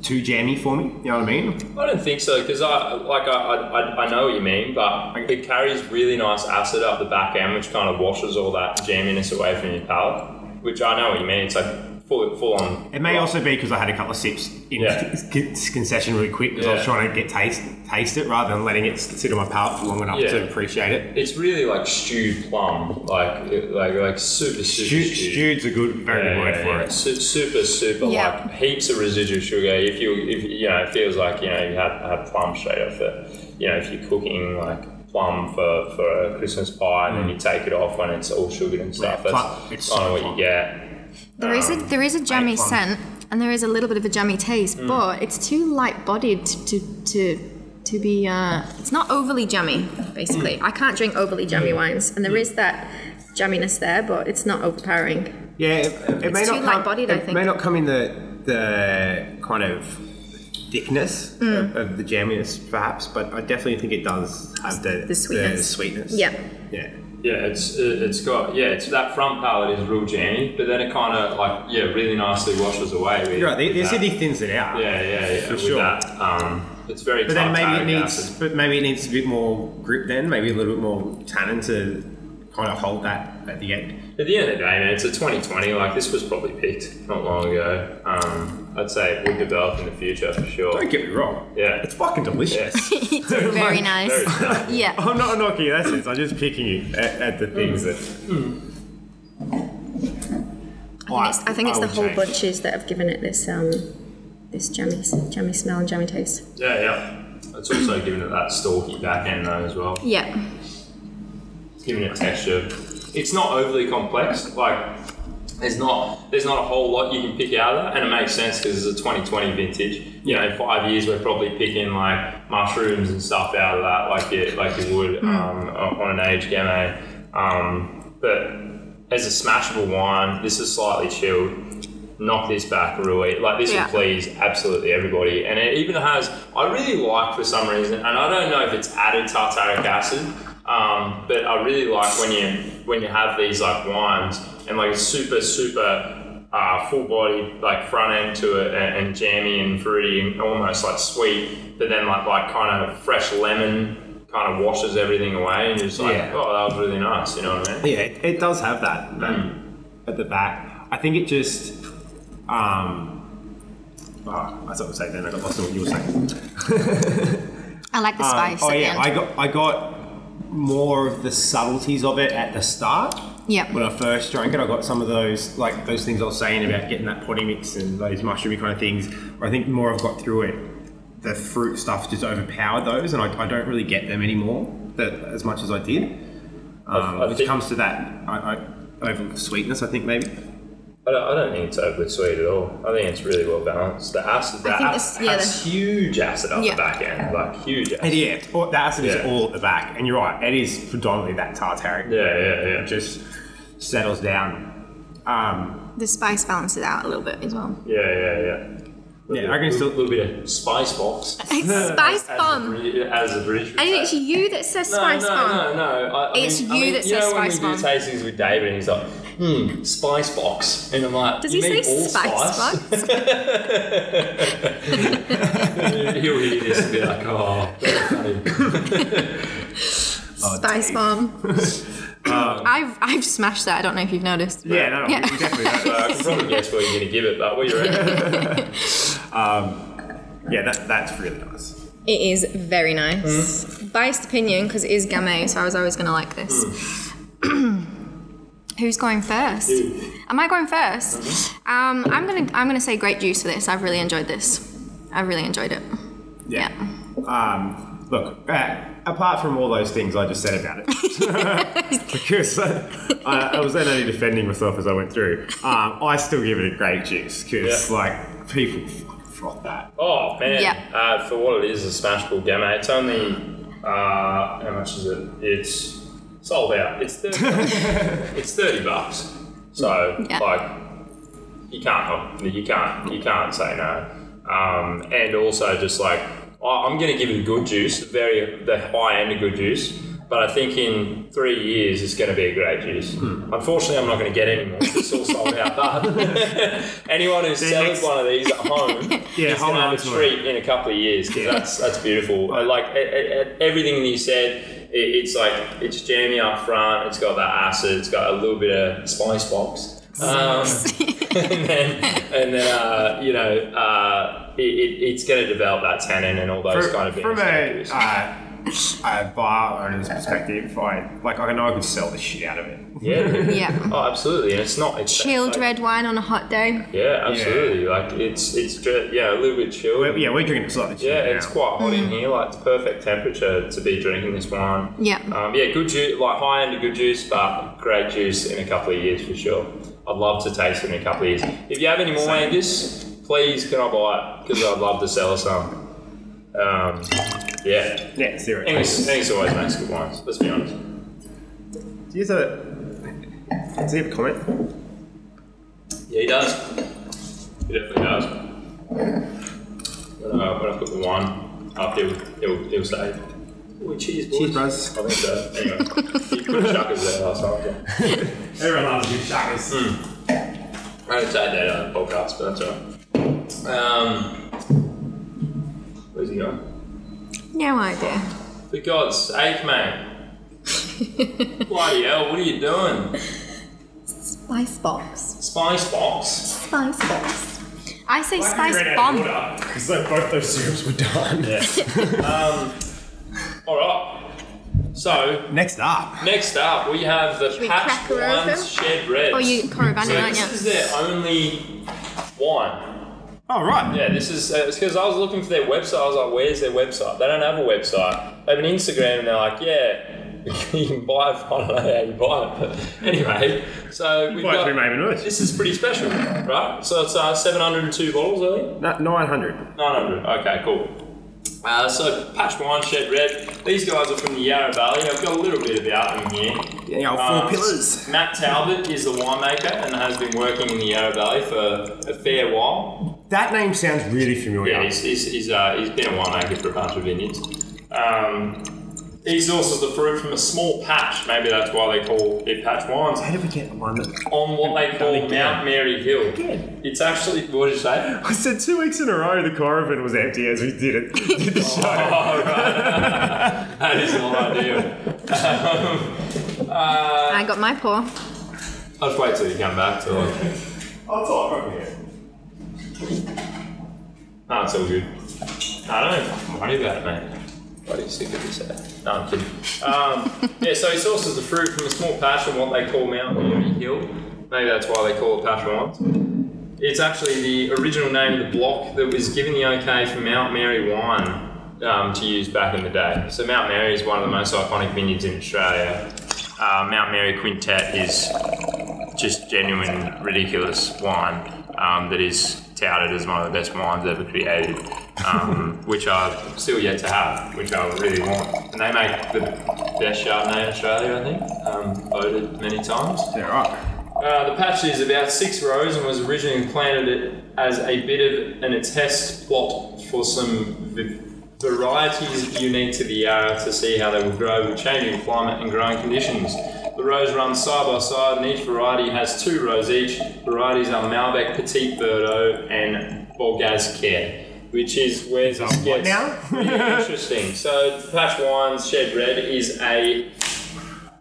C: too jammy for me? You know what I mean?
A: I don't think so because I like I, I, I- I know what you mean, but it carries really nice acid up the back end, which kind of washes all that jamminess away from your palate. Which I know what you mean. It's like full full on.
C: It may also be because I had a couple of sips in
A: Yeah.
C: this this concession really quick because I was
A: Yeah.
C: trying to get taste taste it rather than letting it s- sit on my palate for long enough
A: Yeah.
C: to appreciate it.
A: It's really like stewed plum, like like like super super
C: Stew,
A: stewed.
C: stewed's a good very
A: Yeah,
C: good word
A: yeah,
C: for
A: yeah.
C: it.
A: Su- super super
D: Yeah.
A: like heaps of residual sugar. If you if you know, it feels like you know you had had plum straight off the you know if you're cooking like plum for for a Christmas pie and then you take it off when it's all sugared and stuff.
C: Mm. Yeah,
A: That's
C: plum- it's
A: kind
C: so
A: of what
C: plum.
A: you get.
D: There is a there is a jammy
C: plum.
D: scent, and there is a little bit of a jammy taste, but it's too light-bodied to to to be. Uh, it's not overly jammy. Basically, I can't drink overly jammy wines, and there is that jamminess there, but it's not overpowering.
C: Yeah, it, it may
D: It's
C: not
D: too
C: come,
D: light-bodied, I
C: it
D: think.
C: may not come in the the kind of thickness
D: Mm.
C: of, of the jamminess perhaps, but I definitely think it does have the,
D: The sweetness.
C: sweetness.
D: Yeah,
C: Yeah.
A: Yeah, it's it- it's got yeah, it's that front palate is real jammy, but then it kind of like yeah, really nicely washes away. With,
C: You're right, the,
A: with
C: the
A: that.
C: acidity thins it out.
A: Yeah, yeah, yeah.
C: For
A: with
C: sure.
A: That, um, it's very.
C: But then maybe it
A: tartaric
C: needs,
A: acid.
C: but maybe it needs a bit more grip. Then maybe a little bit more tannin to kind of hold that at the end.
A: At the end of the day, man, it's a 2020. Like this was probably picked not long ago. Um, I'd say it would develop in the future for sure.
C: Don't get me wrong.
A: Yeah.
C: it's fucking delicious.
A: Yes.
D: it's very nice.
A: Very nice.
D: Yeah,
C: I'm not knocking you. That's it. I'm just picking you at, at the things that.
D: I think it's, I think it's the
C: would
D: whole
C: change.
D: bunches that have given it this um this jammy jammy smell and jammy taste.
A: Yeah, yeah. It's also giving it that stalky back end though as well.
D: Yeah,
A: It's giving it texture. It's not overly complex. Like there's not there's not a whole lot you can pick out of that, and it makes sense because it's a 2020 vintage. You know, in five years we're probably picking like mushrooms and stuff out of that, like you like you would um, on an aged Gamay. Um, but as a smashable wine, this is slightly chilled. Knock this back, really. Like this
D: Yeah.
A: will please absolutely everybody, and it even has. I really like for some reason, and I don't know if it's added tartaric acid. Um, but I really like when you when you have these like wines and like it's super super uh, full body like front end to it and, and jammy and fruity and almost like sweet, but then like like kind of fresh lemon kind of washes everything away and you're just like
C: Yeah.
A: oh that was really nice you know what I mean
C: Yeah, it, it does have that, that at the back. I think it just. Um, oh, I thought I was saying then, I got lost in what you were saying.
D: I like the
C: Um,
D: spice.
C: oh,
D: at
C: yeah,
D: the
C: I
D: end.
C: got, I got more of the subtleties of it at the start.
D: yeah.
C: When I first drank it, I got some of those, like those things I was saying about getting that potty mix and those mushroomy kind of things. Where I think the more I've got through it, the fruit stuff just overpowered those, and I, I don't really get them anymore that, as much as I did. Um,
A: I
C: when it
A: think-
C: comes to that, I, I, over sweetness, I think maybe.
A: I don't, I don't think it's overly sweet at all I think it's really well balanced the acid
D: I
A: that
D: think
A: has
D: it's- yeah,
A: huge acid up the
D: Yeah.
A: back end like huge
C: And
A: acid.
C: yeah, it's all, the acid is
A: Yeah.
C: all at the back, and you're right, it is predominantly that tartaric.
A: yeah yeah yeah
C: It just settles down. Um,
D: The spice balances out a little bit as well.
A: yeah yeah yeah
C: yeah, I can
A: a
C: still.
A: little bit of spice box
D: spice
A: As a
D: bomb.
A: Brit- As a British.
D: I think it's you that says
A: no,
D: spice
A: no,
D: bomb.
A: no, no, I- I
D: It's
A: mean- I
D: you
A: mean,
D: that
A: you know
D: says
A: when
D: spice
A: we
D: bomb.
A: do tastings with David, and he's like, "Hmm, spice box," and I'm like,
D: Does
A: you
D: he
A: mean
D: say
A: all
D: spice box?
A: He'll hear this and be like, "Oh, that's funny."
D: spice bomb.
A: Um,
D: I've I've smashed that. I don't know if you've noticed.
C: Yeah, no,
D: Yeah.
C: we definitely don't.
A: I can probably guess where you're gonna give it, but what do you reckon?
C: Yeah, that, that's really nice.
D: It is very nice.
A: Hmm?
D: Biased opinion because it is Gamay, so I was always going to like this.
A: Hmm.
D: Who's going first? Am I going 1st
A: Uh-huh.
D: Um, I'm gonna I'm gonna say grape juice for this. I've really enjoyed this. I really enjoyed it.
C: Yeah. Um, look, uh, apart from all those things I just said about it, because uh, I, I was then only defending myself as I went through, um, I still give it a grape juice because,
A: Yeah.
C: like, people fucking froth that.
A: Oh man,
D: Yeah.
A: uh, for what it is, a smashable gamma. eh? It's only uh, how much is it? It's sold out. It's thirty. it's thirty bucks. So
D: Yeah.
A: like, you can't help. You can't. You can't say no. Um, and also just like I- I'm going to give it good juice, very the high end of good juice. But I think in three years it's going to be a great juice. Unfortunately, I'm not going to get any more. 'cause It's all sold out. But anyone who sells
C: next-
A: one of these at home
C: Yeah,
A: is going
C: hold
A: to
C: on
A: have
C: to
A: a
C: it.
A: treat in a couple of years because that's that's beautiful. I like e- e- e- everything that you said. It, it's like it's jammy up front. It's got that acid. It's got a little bit of spice box. Um, and then, and then uh, you know, uh, it, it, it's going to develop that tannin and all those
C: From-
A: kind of
C: from a,
A: things.
C: uh, a bar owner's perspective, I like I know I could sell the shit out of it.
A: yeah.
D: Yeah.
A: Oh, absolutely. And it's not it's
D: Chilled
A: like-
D: red wine on a hot day.
A: Yeah, absolutely. Like it's it's dre- yeah a little bit chilled.
C: But yeah, we're drinking slightly.
A: Yeah, it's quite hot in here. Like it's perfect temperature to be drinking this wine.
D: Yeah.
A: Um, yeah, good juice, like high end good juice, but great juice in a couple of years for sure. I'd love to taste it in a couple of years. If you have any more Angus, please can I buy it because I'd love to sell some. Um, yeah,
C: Yeah, zero.
A: Angus, Angus always makes good wines. Let's be honest.
C: Do you have a, does he have a comment?
A: Yeah, he does. He definitely does. When I, when I put the wine up, he'll, he'll, he'll say, oh, cheers, boys.
C: Cheers, bros.
A: I think so. Anyway, he put chuckers there last time.
C: Everyone loves good shaggers.
A: I don't say that on the podcast, but that's all right. Um, where's he going?
D: No idea.
A: For God's sake, mate. Bloody hell, what are you doing?
D: Spice box.
A: Spice box.
D: Spice box. I say spice bomb.
C: Because both those syrups were done.
A: All right. So,
C: Next up.
A: next up, we have the
D: we
A: Patch
D: crack her open?
A: Wines Shed Reds.
D: Oh, you
A: So
D: Caravana, aren't
A: this is
D: you?
A: their only wine.
C: Oh, right.
A: Yeah, this is because I was looking for their website. I was like, "Where's their website?" They don't have a website. They have an Instagram, and they're like, "Yeah, you can buy it. I don't know how you buy it, but anyway. So we've
C: Buy
A: got
C: through Maven Woods.
A: This is pretty special, right? So it's uh, 702 bottles, I think.
C: No, 900.
A: 900. Okay, cool. Uh, so Patch Wine Shed Red. These guys are from the Yarra Valley. I've got a little bit about them here.
C: You know,
A: Um,
C: four pillars.
A: Matt Talbot is the winemaker and has been working in the Yarra Valley for a fair while.
C: That name sounds really familiar.
A: Yeah, he's, he's, he's, uh, he's been a winemaker for a bunch of vineyards. Um, he sources the fruit from a small patch. Maybe that's why they call it patch wines.
C: How did we get one? that-
A: On what they call Mount Mary Hill.
C: Again.
A: It's actually, what did you say?
C: I said two weeks in a row the corovan was empty as we did it. Did the show.
A: Oh, right. that is not ideal. Um, uh,
D: I got my pour.
A: I'll just wait till you come back to like.
C: I'll talk from here.
A: No, Ah, it's all good. I don't worry about it, mate. Why do you sick of this? eh? No, I'm kidding. Um, yeah, so he sources the fruit from a small patch on what they call Mount Mary Hill. Maybe that's why they call it Patch Wines. It's actually the original name of the block that was given the okay for Mount Mary wine um, to use back in the day. So Mount Mary is one of the most iconic vineyards in Australia. Uh, Mount Mary Quintet is just genuine, ridiculous wine um, that is touted as one of the best wines ever created, um, which I've still yet to have, which I really want. And they make the best Chardonnay in Australia, I think, um, voted many times.
C: They're right.
A: Uh, the patch is about six rows and was originally planted as a bit of an attest plot for some v- varieties unique to the Yarra to see how they will grow with changing climate and growing conditions. The rows run side by side and each variety has two rows each. Varieties are Malbec Petit Verdot and Borgaz Care, which is where this gets
C: what now?
A: really interesting. So, Patch Wines Shed Red is a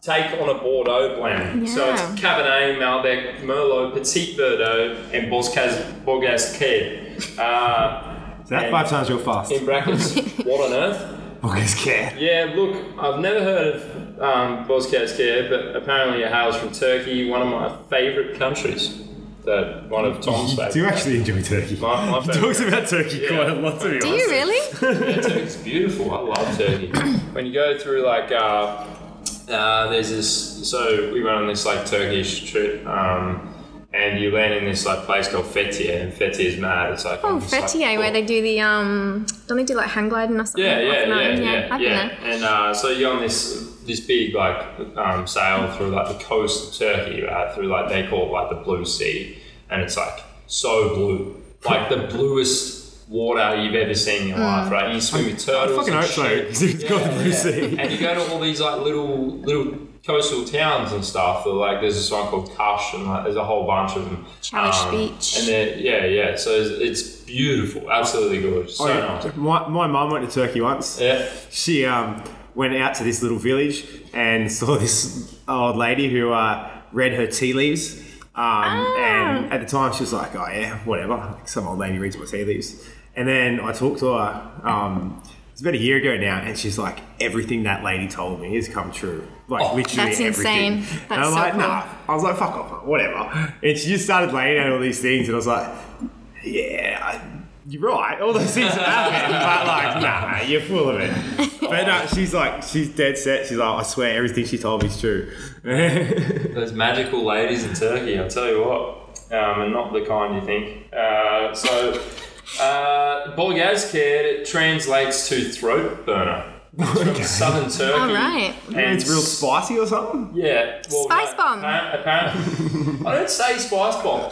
A: take on a Bordeaux blend. So it's
D: Yeah.
A: Cabernet, Malbec, Merlot, Petit Verdot, and Boscaz, Borgas Kid. Uh,
C: Is that five times real fast?
A: in brackets, what on earth?
C: Bogus care.
A: Yeah, look, I've never heard of um, Boscaz Kid, but apparently it hails from Turkey, one of my favourite countries. So one of Tom's
C: You do
A: favourite.
C: actually enjoy turkey.
A: My- my
C: he
A: favourite.
C: talks about turkey quite a lot, to be
D: Do
C: honest.
D: you really?
A: Yeah, Turkey's beautiful. I love Turkey. when you go through like uh, uh, there's this so we went on this like Turkish trip um, and you land in this like place called Fethiye and Fethiye is mad. It's like
D: Oh,
A: almost, like,
D: Fetier, where they do the um, don't they do like hang gliding or something?
A: yeah,
D: off
A: yeah,
D: the
A: yeah,
D: mountain?
A: yeah, yeah,
D: I've been there.
A: And uh, so you're on this this big like um, sail through like the coast of Turkey, right? Through like they call it like the Blue Sea, and it's like so blue, like the bluest water you've ever seen in
D: Hmm.
A: your life, right? And you swim with turtles.
C: I fucking
A: and
C: hope so,
A: shit.
C: 'cause it's got the blue sea.
A: And you go to all these like little little coastal towns and stuff. That, like there's this one called Kash, and like there's a whole bunch of them. Um,
D: Chalish Beach.
A: And they're- yeah, yeah. So it's, it's beautiful, absolutely gorgeous. So
C: Oh,
A: nice.
C: yeah. My, my mum went to Turkey once.
A: Yeah.
C: She um, went out to this little village and saw this old lady who uh, read her tea leaves. Um, And at the time, she was like, oh, yeah, whatever. Like, Some old lady reads my tea leaves. And then I talked to her. Um, it's about a year ago now, and she's like, everything that lady told me has come true. Like, literally
D: That's
C: everything.
D: insane.
C: and
D: That's
C: I'm
D: so
C: like,
D: cool.
C: nah. I was like, fuck off, whatever. And she just started laying out all these things, and I was like, yeah, I- you're right. All those things have happened, but like, nah, you're full of it. But no, she's like, she's dead set. She's like, I swear, everything she told me is true.
A: Those magical ladies in Turkey, I'll tell you what. Um, and not the kind you think. Uh, so, uh, Bolgazkir translates to throat burner. It's from southern Turkey.
D: All right.
A: And
C: it's real spicy or something.
A: Yeah. well,
D: Spice
A: no,
D: bomb.
A: appar- Apparently, I don't say spice bomb.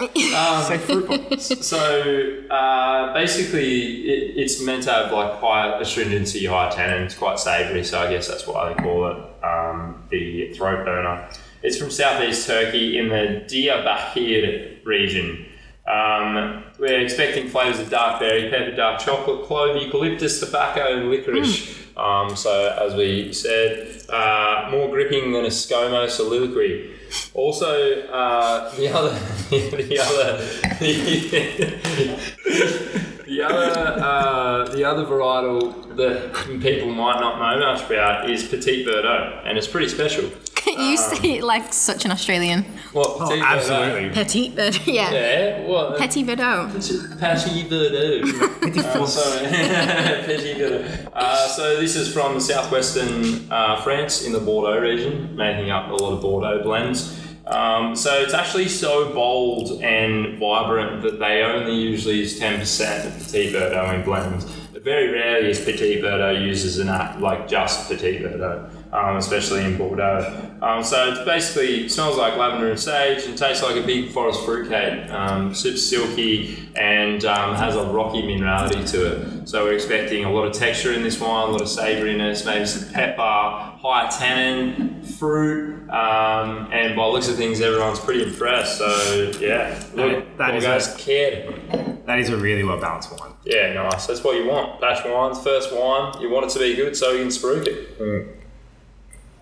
C: Say fruit bomb.
A: So uh, basically, it, it's meant to have like high astringency, high tannin. It's quite savoury, so I guess that's why they call it um, the throat burner. It's from southeast Turkey in the Diyarbakir region. Um, we're expecting flavours of dark berry, pepper, dark chocolate, clove, eucalyptus, tobacco, and licorice. Um, so, as we said, uh, more gripping than a ScoMo soliloquy. Also, uh, the other, the other, the, other, uh, the other varietal that people might not know much about is Petit Verdot, and it's pretty special.
D: you say it like such an Australian.
A: Well,
C: Oh, absolutely.
D: Petit Verdot. Yeah.
A: Yeah, well,
D: Petit Verdot.
A: Patchy Verdot. Uh, sorry. Patchy Verdot. Uh, so this is from southwestern uh, France in the Bordeaux region, making up a lot of Bordeaux blends. Um, so it's actually so bold and vibrant that they only usually use 10% of Petit Verdot in blends. Very rarely is Petit Verdot used as an act like just Petit Verdot, um, especially in Bordeaux. Um, so it's basically it smells like lavender and sage and tastes like a big forest fruitcake. Um, super silky and um, has a rocky minerality to it. So we're expecting a lot of texture in this wine, a lot of savouriness, maybe some pepper, high tannin, fruit. Um, and by the looks of things, everyone's pretty impressed. So yeah, look,
C: That
A: all
C: is
A: goes
C: a-
A: kid.
C: That is a really well balanced one.
A: Yeah, nice. That's what you want. Batch wines, first wine. You want it to be good, so you can spruik it.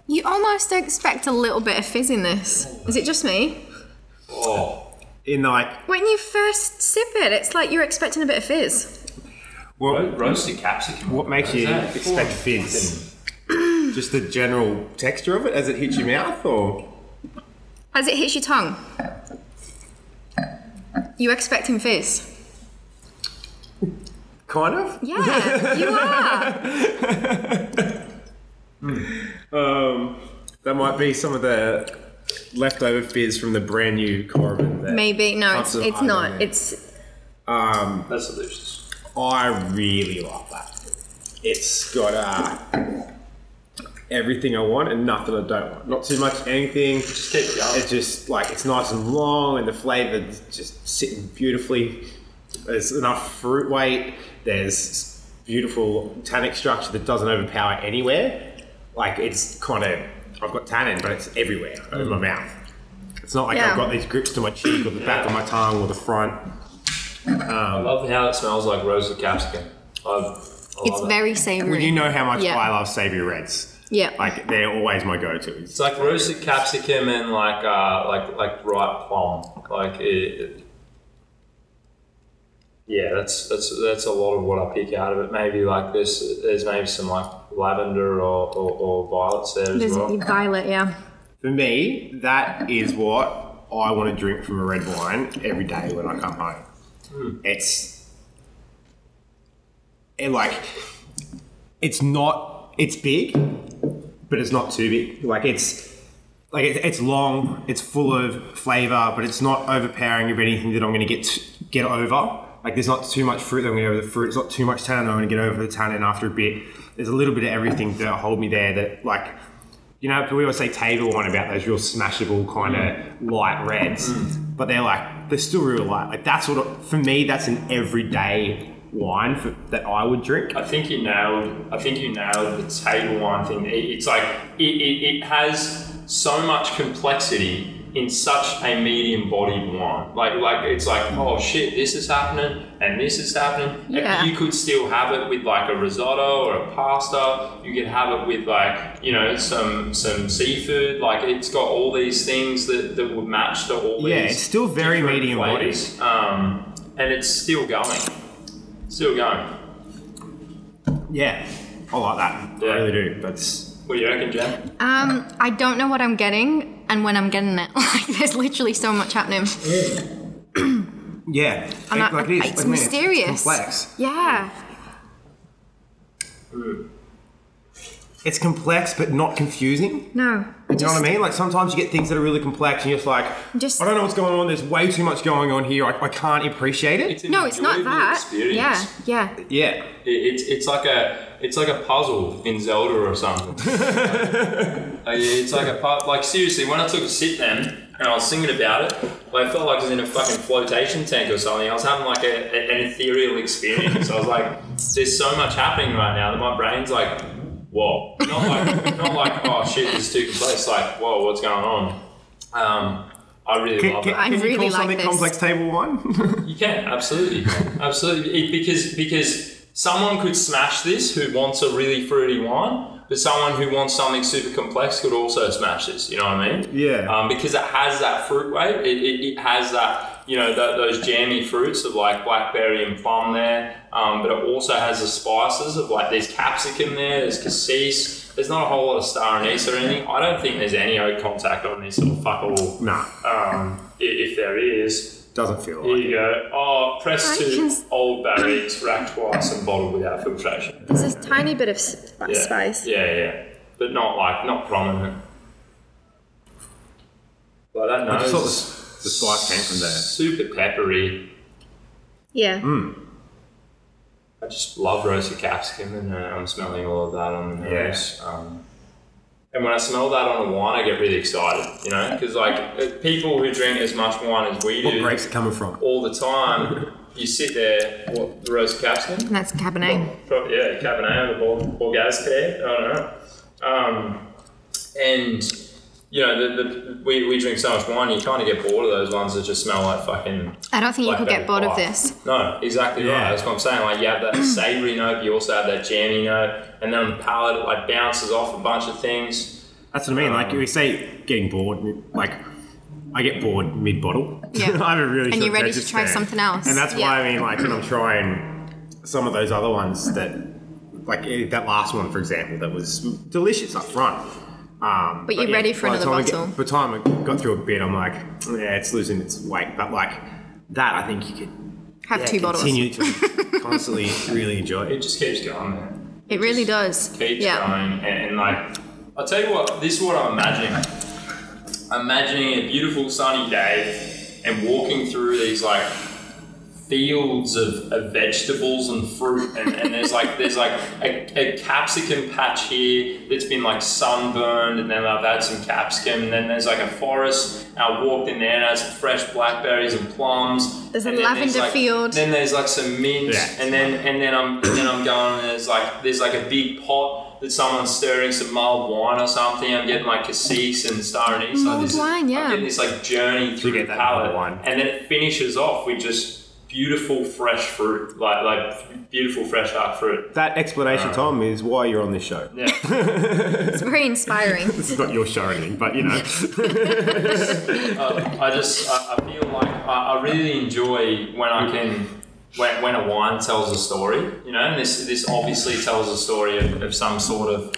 D: You almost expect a little bit of fizz in this. Is it just me?
A: Oh.
C: In like,
D: When you first sip it, it's like you're expecting a bit of fizz.
C: what,
A: Roasted capsicum.
C: what makes you expect fizz? Just the general texture of it as it hits your mouth, or
D: As it hits your tongue, you expecting fizz.
C: kind of?
D: Yeah, you are.
C: Um, that might be some of the leftover fizz from the brand new Corbin. There.
D: Maybe no, it's,
C: Lots of
D: it's
C: iron
D: not.
C: in it.
D: It's
C: Um,
A: That's delicious.
C: I really like that. It's got uh, everything I want and nothing I don't want. Not too much anything.
A: Just keep going.
C: It's just like it's nice and long, and the flavor's just sitting beautifully. There's enough fruit weight. There's beautiful tannic structure that doesn't overpower anywhere. Like it's kind of I've got tannin, but it's everywhere in my mouth. It's not like
D: Mm. Yeah.
C: I've got these grips to my cheek or the back of my tongue or the front.
A: I love how it smells like roasted capsicum. I, I love
D: it's
A: it.
D: very savoury.
C: Well, you know how much
D: Yeah.
C: I love savory reds.
D: Yeah.
C: Like they're always my go-to's.
A: It's like roasted capsicum and like uh, like like ripe plum. Like it, it- yeah, that's that's that's a lot of what I pick out of it. Maybe like this, there's maybe some like lavender or, or, or violets there as
D: There's
A: well.
D: violet, yeah.
C: For me, that is what I want to drink from a red wine every day when I come home. It's it like it's not it's big, but it's not too big. Like it's like it, it's long, it's full of flavor, but it's not overpowering of anything that I'm going to get get over. Like there's not too much fruit that I'm going to get over the fruit. It's not too much tannin that I'm going to get over the tannin after a bit. There's a little bit of everything that hold me there. That like you know we always say table wine about those real smashable kind of light reds, but they're like they're still real light. Like that's what for me that's an everyday wine for, that I would drink.
A: I think you nailed. I think you nailed the table wine thing. It, it's like it, it, it has so much complexity in such a medium bodied wine. Like like it's like oh shit, this is happening and this is happening. And
D: Yeah.
A: you could still have it with like a risotto or a pasta. You could have it with like you know some some seafood. Like it's got all these things that, that would match to all
C: Yeah,
A: these.
C: it's still very
A: different
C: medium bodied.
A: flavors. Um, and it's still going, still going.
C: Yeah, I like that.
A: Yeah.
C: I really do. That's
A: What do you reckon, Jen?
D: Um, I don't know what I'm getting and when I'm getting it. Like, there's literally so much happening.
C: yeah. It-
D: And I-
C: it is.
D: it's
C: man,
D: mysterious.
C: It's complex.
D: Yeah.
C: It's complex, but not confusing.
D: No.
C: You know what I mean? Like sometimes you get things that are really complex, and you're just like,
D: Just-
C: I don't know what's going on. There's way too much going on here. I, I can't appreciate it.
A: an
D: No, it's not
A: enjoyable
D: that.
A: experience.
D: Yeah, yeah.
C: yeah.
A: It- it's it's like a it's like a puzzle in Zelda or something. Uh, yeah, it's like a pu- like seriously. When I took a sit then and I was thinking about it, like, I felt like I was in a fucking flotation tank or something. I was having like a, a- an ethereal experience. I was like, there's so much happening right now that my brain's like, whoa. Not like not like oh shit, this is too complex. Like whoa, what's going on? Um, I really
C: Can,
A: love
C: can-
A: it.
D: I
C: can you
D: really
C: call
D: like
C: something
D: this.
C: complex table wine?
A: You can absolutely, absolutely, it, because because someone could smash this who wants a really fruity wine, but someone who wants something super complex could also smash this. You know what I mean?
C: Yeah.
A: Um, because it has that fruit weight. It, it, it has that you know, tho- those jammy fruits of like blackberry and plum there. Um, but it also has the spices of like there's capsicum there, there's cassis. There's not a whole lot of star anise or anything. I don't think there's any oat contact on this or fuck all.
C: Nah,
A: Um, i- if there is,
C: doesn't feel
A: here
C: like
A: you go. Oh, press
D: I can
A: to
D: s-
A: old barrels, rack twice, and bottled without filtration.
E: There's a tiny bit of s- like
A: Yeah.
E: spice.
A: Yeah, yeah, but not like not prominent. But that
C: I
A: nose
C: just thought
A: is
C: the, the spice came from there.
A: super peppery.
E: Yeah.
C: Mm.
A: I just love roasted capsicum, and uh, I'm smelling all of that on the
C: Yeah.
A: nose. Um, and when I smell that on a wine, I get really excited, you know, because like uh, people who drink as much wine as we
C: What
A: do
C: grapes are coming from?
A: all the time, you sit there, what the roasted capsicum.
D: And that's Cabernet.
A: Pro- yeah, Cabernet or Bor- Borgas today. I don't know. Um, and you know, the, the, we, we drink so much wine, you kind of get bored of those ones that just smell like fucking.
D: I don't think you could
A: blackberry
D: get bored of
A: pie.
D: this.
A: No, exactly
C: Yeah.
A: right. That's what I'm saying. Like you have that savory note, you also have that jammy note, and then on the palate it like bounces off a bunch of things.
C: That's what I mean. Like we say, getting bored. Like I get bored mid bottle.
D: Yeah.
C: I have a really.
D: And
C: short
D: you're ready to
C: attention
D: try
C: span.
D: something else.
C: And that's
D: Yeah.
C: why I mean, like when I'm trying some of those other ones that, like eh, that last one for example, that was delicious up front. Um,
D: But you're ready for
C: by the
D: another
C: time I get-
D: bottle.
C: By the time I got through a bit, I'm like, yeah, it's losing its weight. But like that, I think you could
D: Have
C: yeah,
D: two bottles.
C: continue to constantly really enjoy
A: It
C: it.
A: just keeps going. Man.
D: It really does.
A: keeps
D: Yeah.
A: going and, and like I'll tell you what, this is what I'm imagining. I'm imagining a beautiful sunny day and walking through these like fields of, of vegetables and fruit and, and there's like there's like a, a capsicum patch here that's been like sunburned and then I've had some capsicum and then there's like a forest and I walked in there and I had some fresh blackberries and plums.
D: There's a
A: and then
D: lavender
A: like-
D: field.
A: Then there's like some mint
C: Yeah.
A: and then and then I'm and then I'm going and there's like there's like a big pot that someone's stirring some mulled wine or something. I'm getting like cassis and star anise.
D: Mulled
A: like this,
D: wine, yeah.
A: I'm getting this like journey through the
C: get that mulled
A: palate,
C: wine.
A: and then it finishes off with just beautiful fresh fruit, like like beautiful fresh dark fruit.
C: That explanation, Tom, is why you're on this show.
A: Yeah,
D: It's very inspiring.
C: This is not your show or anything, but you know.
A: Uh, I just I, I feel like I, I really enjoy when I can. When, when a wine tells a story, you know, and this this obviously tells a story of, of some sort of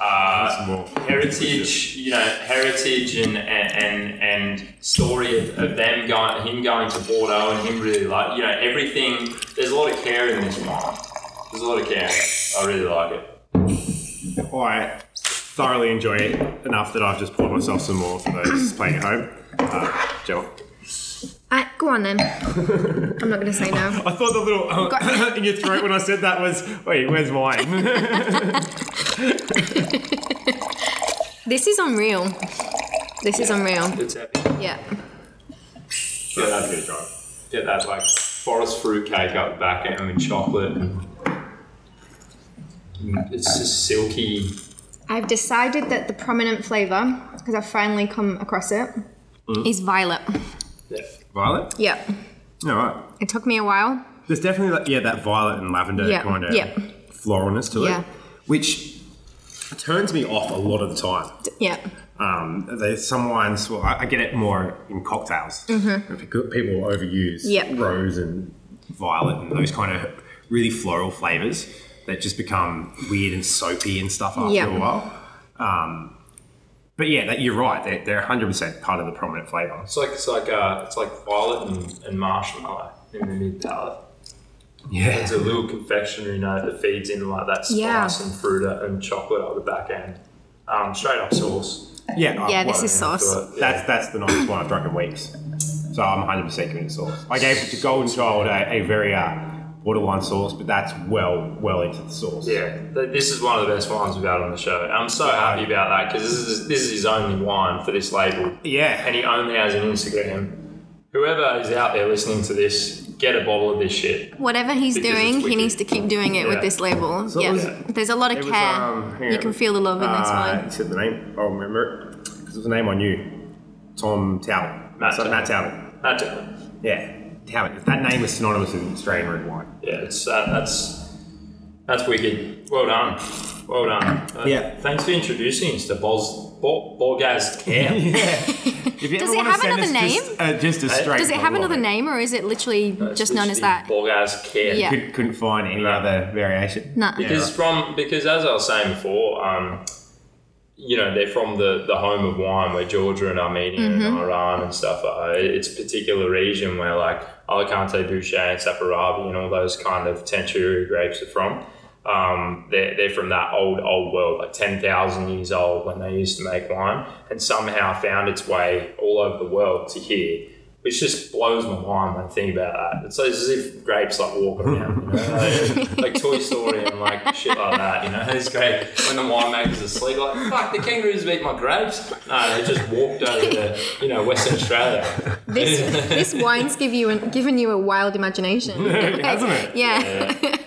A: uh, heritage, you know, heritage and and and, and story of, of them going, him going to Bordeaux and him really like, you know, everything. There's a lot of care in this wine. There's a lot of care. in it. I really like it.
C: I thoroughly enjoy it enough that I've just poured myself some more for those playing at home. Uh, Joe.
D: I, Uh, go on then. I'm not going to say no.
C: I thought the little
D: Got-
C: in your throat when I said that was, wait, where's mine?
D: This is unreal. This is unreal.
A: It's epic.
D: Yeah.
A: Get that good job. Get that like forest fruit cake up the back and with chocolate. and- It's just silky.
D: I've decided that the prominent flavour, because I've finally come across it, is
C: Mm.
D: violet.
A: Yeah.
C: violet?
D: Yeah.
C: All right.
D: It took me a while.
C: There's definitely, like, yeah, that violet and lavender
D: Yeah,
C: kind of
D: yeah.
C: floralness to
D: Yeah.
C: it, which turns me off a lot of the time.
D: Yeah.
C: Um, there's some wines. Well, I, I get it more in cocktails. If you- People overuse
D: Mm-hmm. Yep.
C: rose and violet and those kind of really floral flavors that just become weird and soapy and stuff after
D: Yep.
C: a while. Um, but yeah, that, you're right. They're, they're 100% part of the prominent flavor.
A: It's like it's like uh, it's like violet and, and marshmallow in the mid palate.
C: Yeah.
A: It's a little confectionery note that feeds in like that spice
D: Yeah.
A: and fruit and chocolate at the back end. Um, straight up sauce.
C: Yeah.
D: Yeah,
C: uh,
D: this
C: well,
D: is
A: So,
D: sauce.
A: yeah.
C: That's that's the nicest one I've drunk in weeks. So I'm 100% committed to sauce. I gave to Golden Child a, a very uh, borderline sauce, but that's well well into the sauce.
A: yeah. Th- This is one of the best wines we've had on the show. I'm so happy about that because this is this is his only wine for this label,
C: Yeah.
A: and he only has an Instagram. Whoever is out there listening to this, get a bottle of this shit.
D: Whatever he's
A: Because it's
D: doing, he
A: wicked.
D: needs to keep doing it
A: Yeah.
D: with this label.
C: it
D: yeah.
C: was-
D: There's a lot of
C: It was,
D: care.
C: um, hang
D: you
C: on.
D: can feel the love in this
C: Uh,
D: wine.
C: You said the name. I'll remember it because it was a name I knew. Tom Towell.
A: Matt
C: So,
A: Towell.
C: Matt Towell.
A: Not different.
C: Yeah, Towell. If that name was synonymous with Australian red wine.
A: Yeah, it's uh, that's That's wicked. Well done. Well done. Uh,
C: Yeah.
A: Thanks for introducing us to Boz, Bo, Borgaz Camp.
C: If you
D: Does
C: ever
D: it
C: wanna
D: have
C: send
D: another
C: us Just, uh, just a straight.
D: Does it have
C: model of Uh,
D: another name, or is it literally just known as that?
A: Borgaz Camp.
D: Yeah.
C: Could, couldn't find any other variation.
D: No.
A: Because from because as I was saying before, um, you know they're from the, the home of wine, where Georgia and Armenia and Iran and stuff. Are. It's a particular region where like Alicante, Boucher, and Saparabi and all those kind of Tantura grapes are from. Um, they're, they're from that old old world, like ten thousand years old when they used to make wine, and somehow found its way all over the world to here. Which just blows my mind when I think about that. It's as if grapes like walk around, you know? like, like Toy Story and like shit like that. You know, it's great when the winemakers are asleep. Like fuck, the kangaroos beat my grapes. No, they just walked over to you know Western Australia.
E: This this wine's give you an, given you a wild imagination.
C: Hasn't it?
D: Yeah.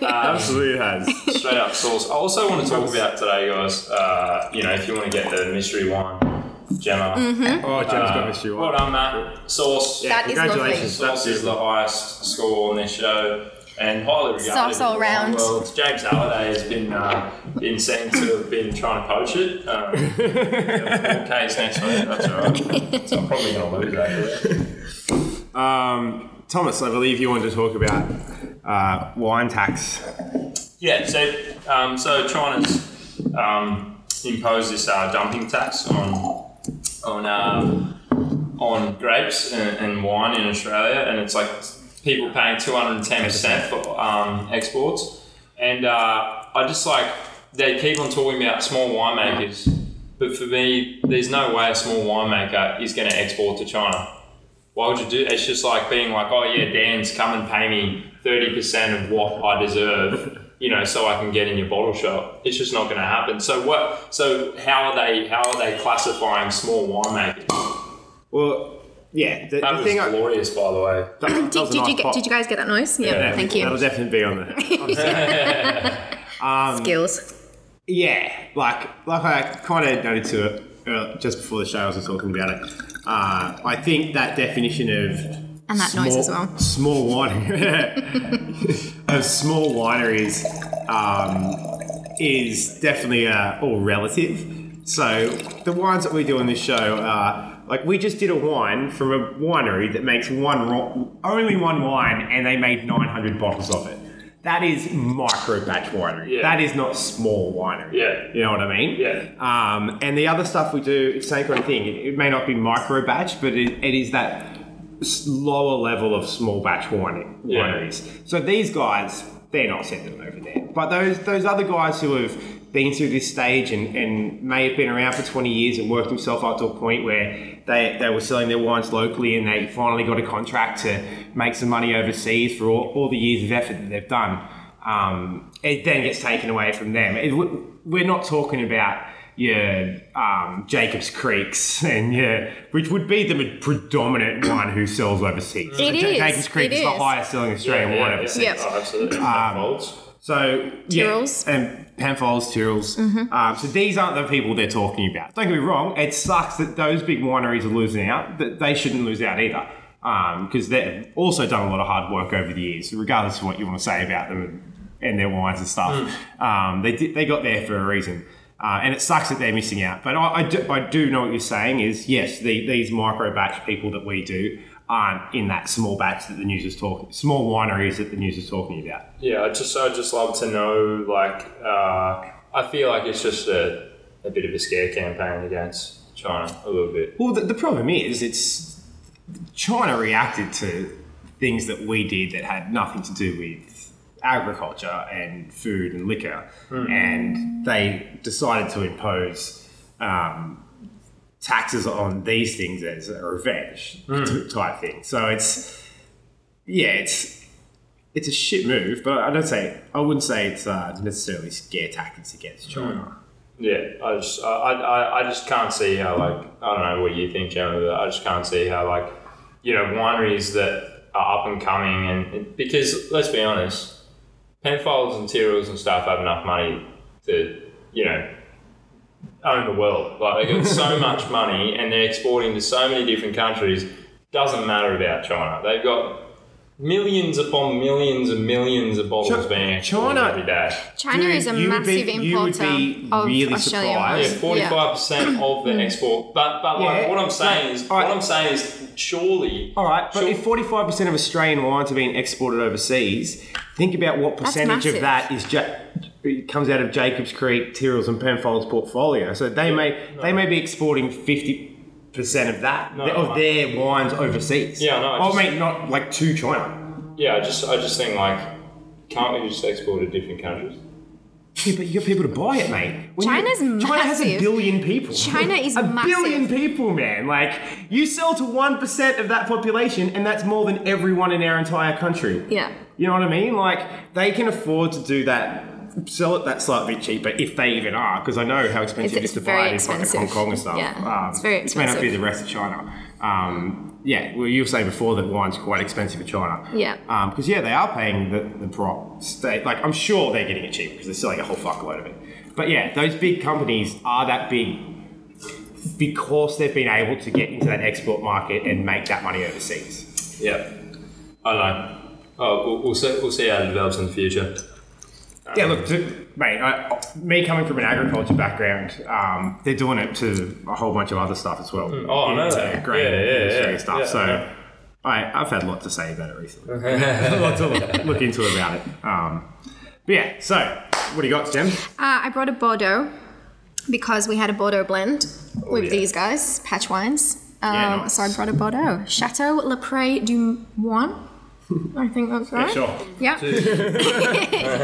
C: Absolutely has. Oh,
A: straight up sauce. I also want to talk about today, guys. Uh, you know, if you want to get the mystery wine, Gemma.
C: Oh,
A: Uh,
C: John's got mystery
A: well
C: one.
A: done, Matt. Sauce.
D: That is
C: Congratulations.
A: Sauce is the highest score on this show and highly regarded.
D: Sauce all
A: in the
D: round.
A: world. James Halliday has been uh, been seen to have been trying to poach it. Um, yeah, case next week. That's all right. So I'm probably going to lose that.
C: Um, Thomas, I believe you wanted to talk about uh, wine tax.
A: Yeah. So um, so China's um, imposed this uh, dumping tax on on. Uh, on grapes and, and wine in Australia, and it's like people paying 210% for um, exports. And uh, I just like, they keep on talking about small winemakers, but for me, there's no way a small winemaker is going to export to China. Why would you do It's just like being like, oh yeah, Dan's come and pay me 30% of what I deserve. You know, so I can get in your bottle shop. It's just not going to happen. So what? So how are they? How are they classifying small winemakers?
C: Well, yeah. The,
A: That
C: the
A: was
C: thing I,
A: glorious, by the way.
C: that- that
D: Did,
C: was a
D: did
C: nice
D: you get,
C: pop.
D: did you guys get that noise? Yeah.
C: Yeah,
D: Thank
C: That'll
D: you.
C: definitely be on there.
E: Skills.
C: Yeah, like like I kind of noted to it uh, just before the show. I was talking about it. Uh, I think that definition of
D: And that noise as well.
C: Small winery of small wineries um, is definitely uh, all relative. So the wines that we do on this show are like we just did a wine from a winery that makes one ro- only one wine, and they made 900 bottles of it. That is micro batch winery.
A: Yeah.
C: That is not small winery.
A: Yeah.
C: You know what I mean?
A: Yeah.
C: Um, and the other stuff we do, it's the same kind of thing. It, it may not be micro batch, but it, it is that s- lower level of small batch wine,
A: Yeah.
C: wineries. So these guys, they're not sending them over there. But those those other guys who have been through this stage and, and may have been around for 20 years and worked themselves up to a point where they, they were selling their wines locally and they finally got a contract to make some money overseas for all, all the years of effort that they've done. Um, it then gets taken away from them. It, we're not talking about your um, Jacobs Creeks and your, which would be the predominant one who sells overseas.
E: It is,
C: Jacobs Creek
E: it
C: is the
E: is.
C: highest selling Australian wine overseas.
E: Yep.
A: Oh,
C: Um,
A: absolutely. Unfolds.
C: So yeah,
E: Tyrrells.
C: and Penfolds, Tyrrells. Um, so these aren't the people they're talking about. Don't get me wrong; it sucks that those big wineries are losing out. But they shouldn't lose out either, because they've also done a lot of hard work over the years. Regardless of what you want to say about them and their wines and stuff, um, they did, they got there for a reason. Uh, and it sucks that they're missing out. But I, I, do, I do know what you're saying is yes, the, these micro batch people that we do aren't in that small batch that the news is talking, small wineries that the news is talking about.
A: yeah, I just I just love to know. Like, uh, I feel like it's just a, a bit of a scare campaign against China a little bit.
C: Well, the, the problem is, it's China reacted to things that we did that had nothing to do with agriculture and food and liquor, and they decided to impose um, taxes on these things as a revenge t- type thing. So it's yeah, it's. It's a shit move, but I don't say I wouldn't say it's uh, necessarily scare tactics against China.
A: Yeah, I just I, I, I- I just can't see how like I don't know what you think, Gemma, but I just can't see how like you know wineries that are up and coming and because let's be honest, Penfolds and Tyrrells and stuff have enough money to you know own the world. Like they got so much money and they're exporting to so many different countries. Doesn't matter about China. They've got millions upon millions and millions of bottles
C: Chi-
A: being exported
C: China-
A: every day.
D: China
C: Dude,
D: is a
C: you would be-
D: massive
C: you would
D: importer
C: be
D: of
C: really
D: Australia.
A: Yeah,
C: surprised.
A: forty-five percent of the export. But but
C: Yeah. Oh.
A: like, what I'm saying is,
C: Alright.
A: what I'm saying is, surely.
C: All right, but
A: sure-
C: if forty-five percent of Australian wines are being exported overseas, think about what percentage of
D: massive.
C: that is ja- it comes out of Jacobs Creek, Tyrrell's, and Penfold's portfolio. So they may they may be exporting fifty percent of that
A: No,
C: of
A: I-
C: their wines overseas.
A: Yeah, no, I
C: Oh,
A: just-
C: mate, not like to China.
A: yeah, I just I just think like, can't we just export to different countries?
C: Yeah, but you got people to buy it, mate. When you-
D: China's
C: China has a
D: massive.
C: billion people.
D: China is
C: a
D: massive.
C: billion people, man. Like you sell to one percent of that population, and that's more than everyone in our entire country.
D: Yeah.
C: You know what I mean? Like they can afford to do that, sell it that slightly bit cheaper if they even are, because I know how expensive it is
D: It's-
C: to
D: it's
C: buy
D: very
C: it in fucking Hong
D: expensive.
C: Kong and stuff.
D: Yeah, it's very
C: It may not be
D: expensive.
C: the rest of China. Um, yeah, well, you were saying before that wine's quite expensive in China.
D: Yeah.
C: Because yeah, they are paying the the prop state. Like I'm sure they're getting it cheap because they're selling a whole fuckload of it. But yeah, those big companies are that big because they've been able to get into that export market and make that money overseas.
A: Yeah, I know. Oh, we'll, we'll see. We'll see how it develops in the future.
C: Yeah, look, to, mate, I, me coming from an agriculture background, um, they're doing it to a whole bunch of other stuff as well.
A: Oh, I know
C: It's
A: that.
C: a Grain
A: Yeah, yeah,
C: industry
A: yeah.
C: and stuff.
A: Yeah,
C: so,
A: yeah.
C: I, I've had a lot to say about it recently. a lot to look, look into about it. Um, but yeah, so what do you got, Jem?
D: Uh, I brought a Bordeaux because we had a Bordeaux blend with
C: Oh, yeah.
D: these guys, Patch Wines. Um,
C: Yeah, nice.
D: So I brought a Bordeaux. Chateau Le Pré du Moine. I think that's right. Yeah.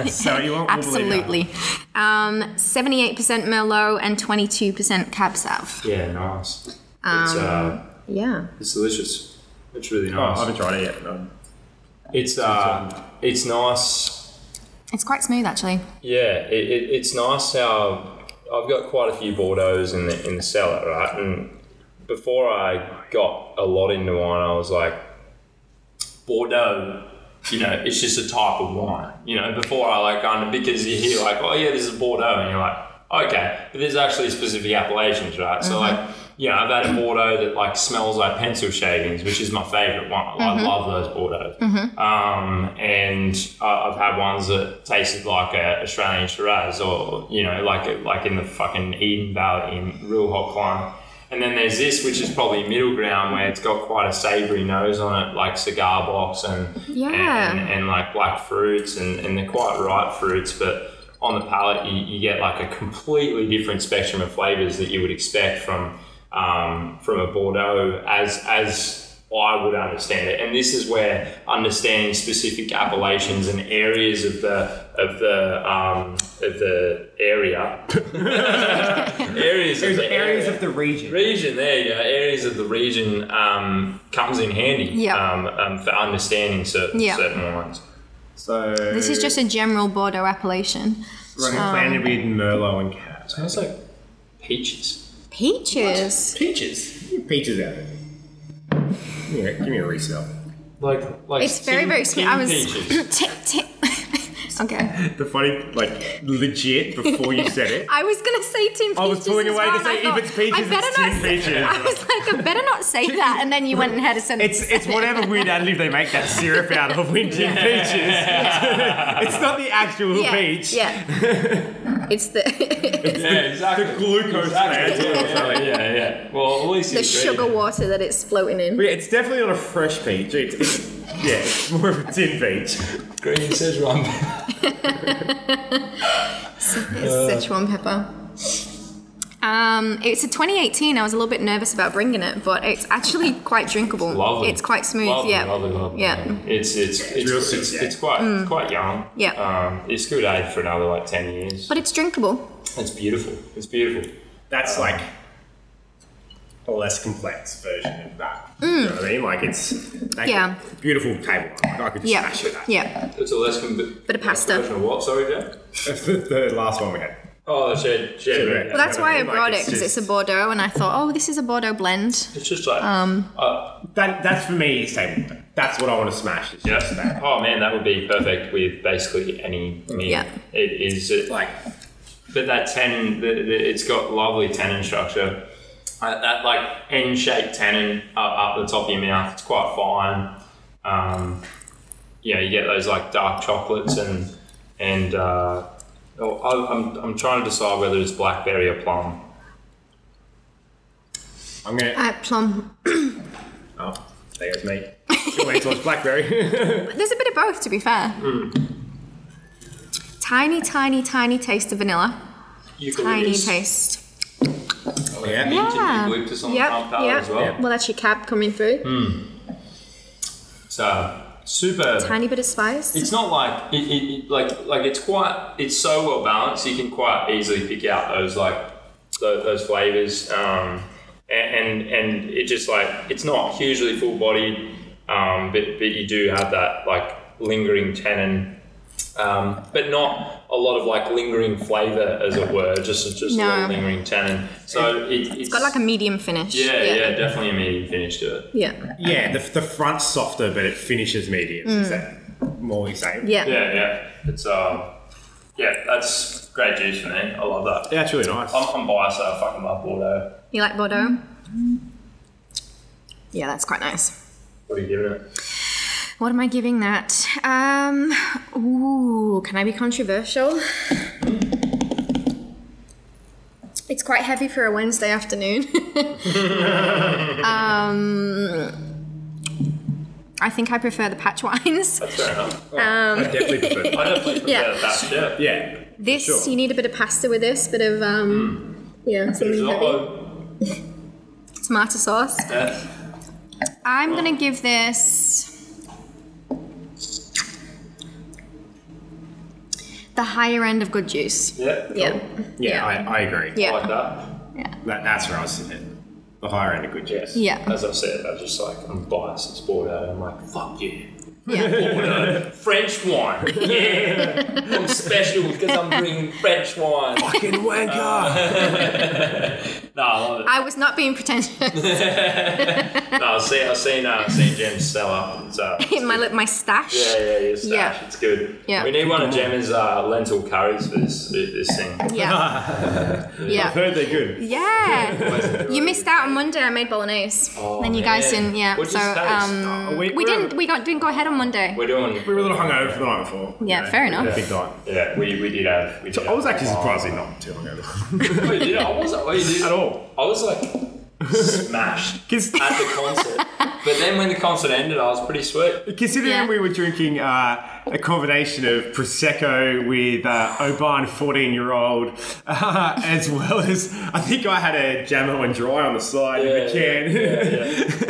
C: So you won't we'll believe that.
D: Absolutely. Um, 78% Merlot and 22% Cab Sav.
A: Yeah, nice. it's uh,
D: Yeah.
A: it's delicious. It's really
C: Oh,
A: nice.
C: I haven't tried it yet. No.
A: it's uh, it's nice.
D: It's quite smooth, actually.
A: Yeah, it, it, it's nice how I've got quite a few Bordeaux's in the in the cellar, right? And before I got a lot into wine, I was like, Bordeaux, you know, it's just a type of wine. You know, before I like kind of because you hear like, oh yeah, this is Bordeaux, and you're like, okay, but there's actually specific appellations, right? So like. Yeah, I've had a Bordeaux that like smells like pencil shavings, which is my favourite one. I I love those Bordeaux. Um, and I- I've had ones that tasted like a Australian Shiraz, or you know, like a, like in the fucking Eden Valley in real hot climate. And then there's this, which is probably middle ground, where it's got quite a savoury nose on it, like cigar box and
D: Yeah.
A: and, and like black fruits, and, and they're quite ripe fruits, but on the palate you, you get like a completely different spectrum of flavors that you would expect from um, from a Bordeaux as as I would understand it. And this is where understanding specific appellations and areas of the of the um, of the area areas of
C: There's
A: the
C: areas
A: area-
C: of the region.
A: region there you go areas of the region um, comes in handy
D: Yeah.
A: um, um, for understanding certain
D: Yeah.
A: certain wines
C: So
D: This is just a general Bordeaux appellation.
C: running
D: um,
C: planted with Merlot and Cab.
A: smells like peaches
D: Peaches.
C: Peaches. Peaches out of it. Give me a- Give me a resell.
A: like like
D: It's very,
A: tin-
D: very sweet.
A: tin
D: I was.
A: peaches.
D: Tick, tick. okay.
C: The funny, like, legit, before you said it,
D: I was gonna say tin peaches.
C: I was pulling
D: as
C: away to
D: well, and
C: say
D: I
C: if
D: thought,
C: it's peaches,
D: I
C: it's
D: better
C: tin
D: not say-
C: peaches.
D: I was like, I better not say that, and then you went and had a sentence.
C: It's it's whatever weird adlib they make that syrup out of when tin peaches. it's not the actual
D: yeah,
C: peach.
D: Yeah. it's the
A: yeah exactly
C: The glucose
A: Exactly. yeah,
C: man.
A: yeah, yeah. Well, at least
D: the
A: it's
D: sugar
A: ready.
D: water that it's floating in.
C: But yeah, it's definitely not a fresh peach. It's, it's- yeah, it's more of a tin peach.
A: Green Szechuan.
D: It's
C: Uh.
D: Sichuan pepper. Um, it's a 2018. I was a little bit nervous about bringing it, but it's actually quite drinkable.
A: Lovely.
D: It's quite smooth.
A: Lovely,
D: yeah.
A: Lovely, lovely.
D: Yeah. Mm.
A: It's it's it's
C: real
A: it's,
C: sweet,
A: it's,
C: yeah.
A: quite quite young.
D: Yeah.
A: Um, it's good age for another like ten years.
D: But it's drinkable.
A: It's beautiful. It's beautiful.
C: That's like a less complex version of that. You know what I mean? Like it's like
D: Yeah.
C: beautiful table. wine. Like I could just
D: Yeah.
C: smash it. That.
D: Yeah.
A: It's a less conv-
D: Bit of pasta.
A: version of what? Sorry, Jack.
C: the last one we had.
A: Oh, the shed. shed
C: Shed,
A: red.
C: yeah.
D: Well, that's why I
C: Like,
D: brought it
C: it's
D: because it's
C: just-
D: a Bordeaux, and I thought, oh, this is a Bordeaux blend.
A: It's just like um. Uh,
C: That that's for me. Is table. wine. That's what I want to smash. Is just that.
A: yeah. Oh man, that would be perfect with basically any meal.
D: Yeah.
A: It is. It,
C: Like
A: But that tannin, the, the, it's got lovely tannin structure. Uh, that like N-shaped tannin up, up the top of your mouth. It's quite fine. Um, you know, you get those like dark chocolates and and uh, oh, I- I'm, I'm trying to decide whether it's blackberry or plum.
C: I'm gonna.
D: Uh, plum.
A: Oh, there goes me.
C: Your way towards blackberry.
D: But there's a bit of both, to be fair. Tiny, tiny, tiny taste of vanilla. Tiny
A: Eucalyptus. Oh,
D: taste.
C: yeah.
A: Mint and
D: Yeah.
A: eucalyptus on
D: Yep,
A: the palm palate
D: yep.
A: as well. Hmm.
D: Well, that's your cap coming through.
A: So super.
D: Tiny bit of spice.
A: It's not like it, it, it, like like it's quite it's so well balanced. You can quite easily pick out those like those, those flavors, um, and, and and it just like it's not hugely full bodied, um, but but you do have that like lingering tannin. Um, but not a lot of like lingering flavour, as it were. Just just a lot of
D: No.
A: lingering tannin. So it, it's
D: Got like a medium finish.
A: yeah, yeah, definitely a medium finish to it.
D: Yeah.
C: Yeah, the, the front's softer, but it finishes medium. Is that more you say?
D: Yeah.
A: Yeah, yeah. It's uh, yeah, that's great juice for me. I love that.
C: Yeah, it's really nice.
D: Um,
A: I'm, I'm biased, so I fucking love Bordeaux.
D: You like Bordeaux? Yeah, that's quite nice.
A: What are you giving it?
D: What am I giving that? Um, ooh, can I be controversial? It's quite heavy for a Wednesday afternoon. um, I think I prefer the patch wines.
A: That's fair enough.
D: Um,
C: I definitely prefer
A: I definitely prefer
D: Yeah.
A: that. Yeah.
C: Yeah.
D: this
C: sure.
D: you need a bit of pasta with this, bit of um, yeah, something heavy.
A: Risotto.
D: Tomato sauce.
A: Yeah.
D: I'm gonna give this the higher end of good juice.
A: Yeah. cool.
D: Yeah.
C: Yeah, I, I agree.
A: I like
D: Yeah.
A: that.
C: That, that's where I was sitting. The higher end of good juice.
A: Yes.
D: Yeah.
A: As I said, I just like I'm biased. It's Bordeaux. I'm like fuck you.
D: Yeah.
A: Bordeaux. French wine. Yeah. I'm special because I'm bringing French wine.
C: Fucking wanker!
A: No, I love it.
D: I was not being pretentious.
A: No, I've seen I've seen uh, St James cellar. So
D: my li- my stash.
A: uh, Yeah, yeah, your stash.
D: Yeah.
A: It's good.
D: Yeah.
A: We need one of Gemma's uh, lentil curries for this this thing.
D: Yeah.
C: I've
D: yeah.
C: heard they're good.
D: Yeah. You missed out on Monday. I made bolognese.
A: Oh,
D: and you guys
A: man.
D: didn't. Yeah.
A: What'd
D: so
A: you taste?
D: um,
C: Oh, we-
D: we
C: we're-
D: didn't. We got didn't go ahead on Monday.
A: We're doing.
C: We were a little hungover the night before. you
D: Yeah,
C: know,
D: fair enough.
C: Big time.
A: Yeah, we, we did have. We did
C: I was actually
A: have-
C: surprisingly not too hungover
A: Oh, you did? I was. Oh, you did?
C: at all.
A: I was like smashed at
C: 'Cause-
A: the concert. But then when the concert ended, I was pretty sweet.
C: Considering
D: Yeah.
C: we were drinking uh, a combination of prosecco with uh, Oban, fourteen-year-old, uh, as well as I think I had a Jamo and dry on the side in the
A: Yeah,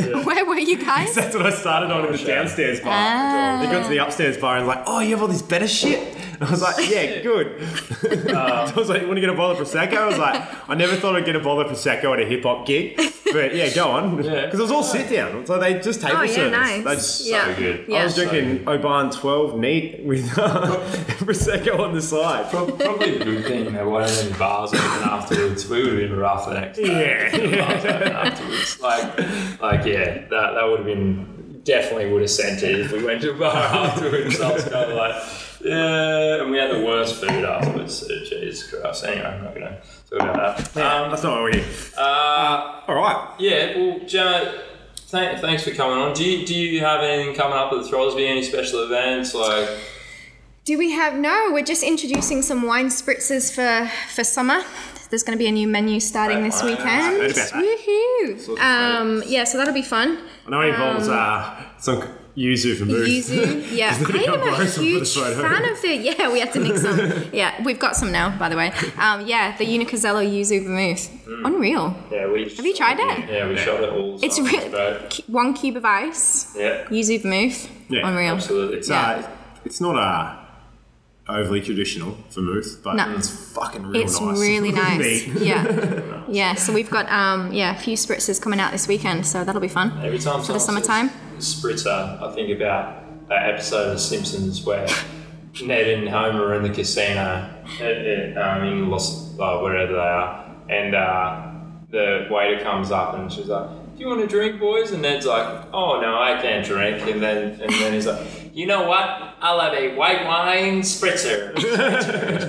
C: can.
D: Where were you guys?
C: That's what I started on in the downstairs bar.
D: Ah.
C: Oh, They got to the upstairs bar and like, oh, you have all this better shit. And I was like, yeah, good. I was like, you want to get a bottle of prosecco? I was like, I never thought I'd get a bottle of prosecco at a hip hop gig, but yeah, go on. Because it was
A: Ah.
C: all sit down, so they just table
D: Oh yeah,
C: service.
D: nice.
C: They just-
D: yeah.
A: good.
D: Yeah.
C: I was drinking Oban 12 neat with uh, prosecco on the side.
A: Pro- Probably a good thing there weren't any bars open afterwards. We would have been rough the next day.
C: Yeah.
A: Bars open afterwards. Like, like yeah, that, that would have been definitely would have sent it if we went to a bar afterwards. I was kind of like, yeah, and we had the worst food afterwards. So, Jesus Christ. Anyway, I'm not gonna talk about that. Um,
C: That's not what we did.
A: uh,
C: All right.
A: Yeah, well, Gemma, th- thanks for coming on. Do you, do you have anything coming up at the Throsby? Any special events? Like,
D: Do we have no? We're just introducing some wine spritzers for for summer. There's going to be a new menu starting
A: Right,
D: this
A: right,
D: weekend.
C: right, right.
D: Woohoo! Um, yeah, so that'll be fun.
C: I know it involves uh, some yuzu for moose.
D: Um, Yuzu, yeah.
C: Just
D: I
C: gotta
D: am
C: go buy
D: a
C: some for the Uh,
D: huge
C: photo.
D: fan of the. Yeah, we had to make some. yeah, we've got some now, by the way. Um, yeah, the Unicazello Yuzu Vermouth.
A: Mm.
D: Unreal.
A: yeah, we have
D: you tried it?
A: Yeah, we shot it all.
D: It's
A: summer,
D: re-
A: but-
D: cu- one cube of ice,
A: Yeah,
D: Yuzu Vermouth.
C: Yeah,
D: Unreal.
A: absolutely.
C: It's, uh, it's not uh, overly traditional for moose, but
D: No.
C: it's fucking real
D: It's
C: nice.
D: really nice.
C: Neat.
D: yeah. Yeah, so we've got um, yeah, a few spritzers coming out this weekend, so that'll be fun.
A: Every time
D: for the
A: someone
D: summertime.
A: says spritzer, I think about that episode of The Simpsons where Ned and Homer are in the casino uh, uh, um, in Los, uh, wherever they are, and uh, the waiter comes up and she's like, "Do you want a drink, boys?" And Ned's like, "Oh no, I can't drink." And then and then he's like, "You know what? I'll have a white wine spritzer."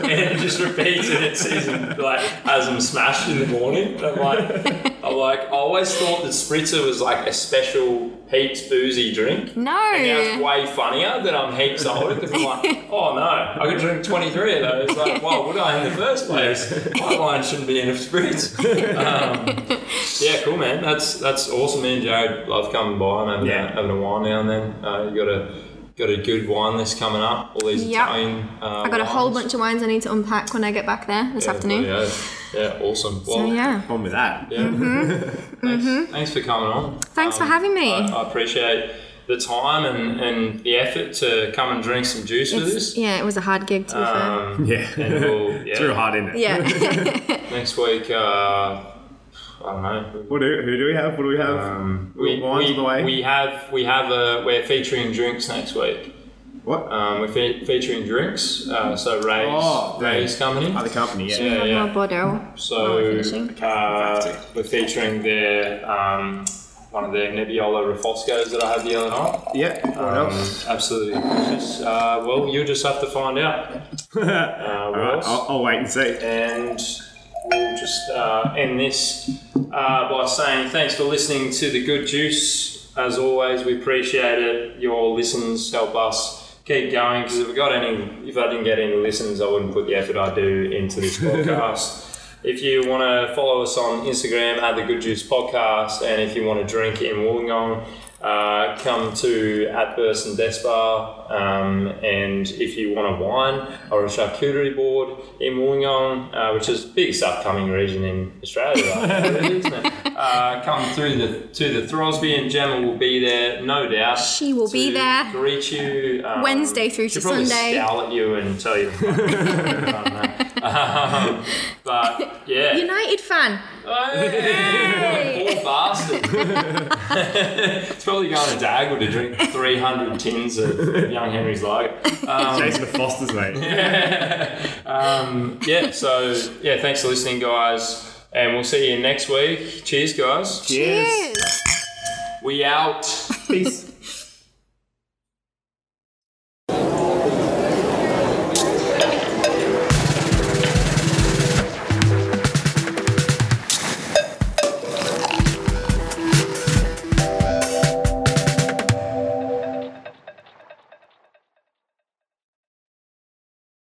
A: and it just repeats it. It's, it's like has them smashed in the morning. And I'm like, I Like I always thought that spritzer was like a special heaps boozy drink. And now it's
D: No.
A: way funnier that I'm heaps older because I'm like, oh no, I could drink 23 of those. Like, why would I in the first place? My wine shouldn't be in a spritz. Um, yeah, cool, man. That's that's awesome, man. Jared, love coming by and having,
C: Yeah.
A: a, having a wine now and then. Uh, you got a got a good wine list coming up. All these
D: Yep.
A: Italian. Uh,
D: I got a whole bunch of wines I need to unpack when I get back there this afternoon.
A: Yeah, yeah, awesome. Well,
D: So yeah. Mm-hmm.
C: On with that.
A: Yeah. Thanks, thanks for coming on.
D: Thanks for having me.
A: Um, I, I appreciate the time and, and the effort to come and drink some juice with
D: It's-
A: us.
D: yeah, it was a hard gig to be fair.
A: Um,
C: Yeah.
A: and we'll,
C: It's
A: yeah,
C: real hard, isn't it?
D: Yeah.
A: next week, uh, I don't know.
C: What do, who do we have? What do we have?
A: Um,
C: We
A: we,
C: got wines
A: we,
C: on the way.
A: we have we have a we're featuring drinks next week.
C: what?
A: Um, we're fe- featuring drinks. Uh, so Ray's
C: Oh, yeah.
A: Ray's coming in.
C: Other company, yeah.
A: Yeah,
D: Have
A: yeah.
D: my bottle.
A: So
D: we're finishing.
A: uh, we're featuring their um, one of their Nebbiolo Refoscos that I had the other night.
C: Yeah. What
A: um,
C: else?
A: Absolutely delicious. Uh, well, you just have to find out. Uh, what
C: All right,
A: else?
C: I'll, I'll wait and see.
A: and we'll just uh, end this uh, by saying thanks for listening to the Good Juice. As always, we appreciate it. Your listens help us keep going because if I got any, if I didn't get any listens, I wouldn't put the effort I do into this podcast. If you want to follow us on Instagram at the Good Juice Podcast, and if you want to drink in Wollongong, uh, come to Atburst and Desbar. Um, and if you want a wine or a charcuterie board in Wollongong, uh, which is the biggest upcoming region in Australia, right now, isn't it? Uh, come through the to the Throsby, and Gemma will be there, no doubt.
D: She will be
A: to
D: there.
A: Greet you um,
D: Wednesday through
A: she'll
D: to
A: probably
D: Sunday.
A: scowl at you and tell you. to fuck off. I don't know. Um, but yeah.
D: United fan.
A: Hey! Poor bastard. it's probably going to Dagwood to drink 300 tins of Young Henry's lager.
C: Jason the Foster's mate.
A: Um, yeah, so yeah, thanks for listening, guys. And we'll see you next week. Cheers, guys.
C: Cheers.
D: Cheers.
A: We out.
C: Peace.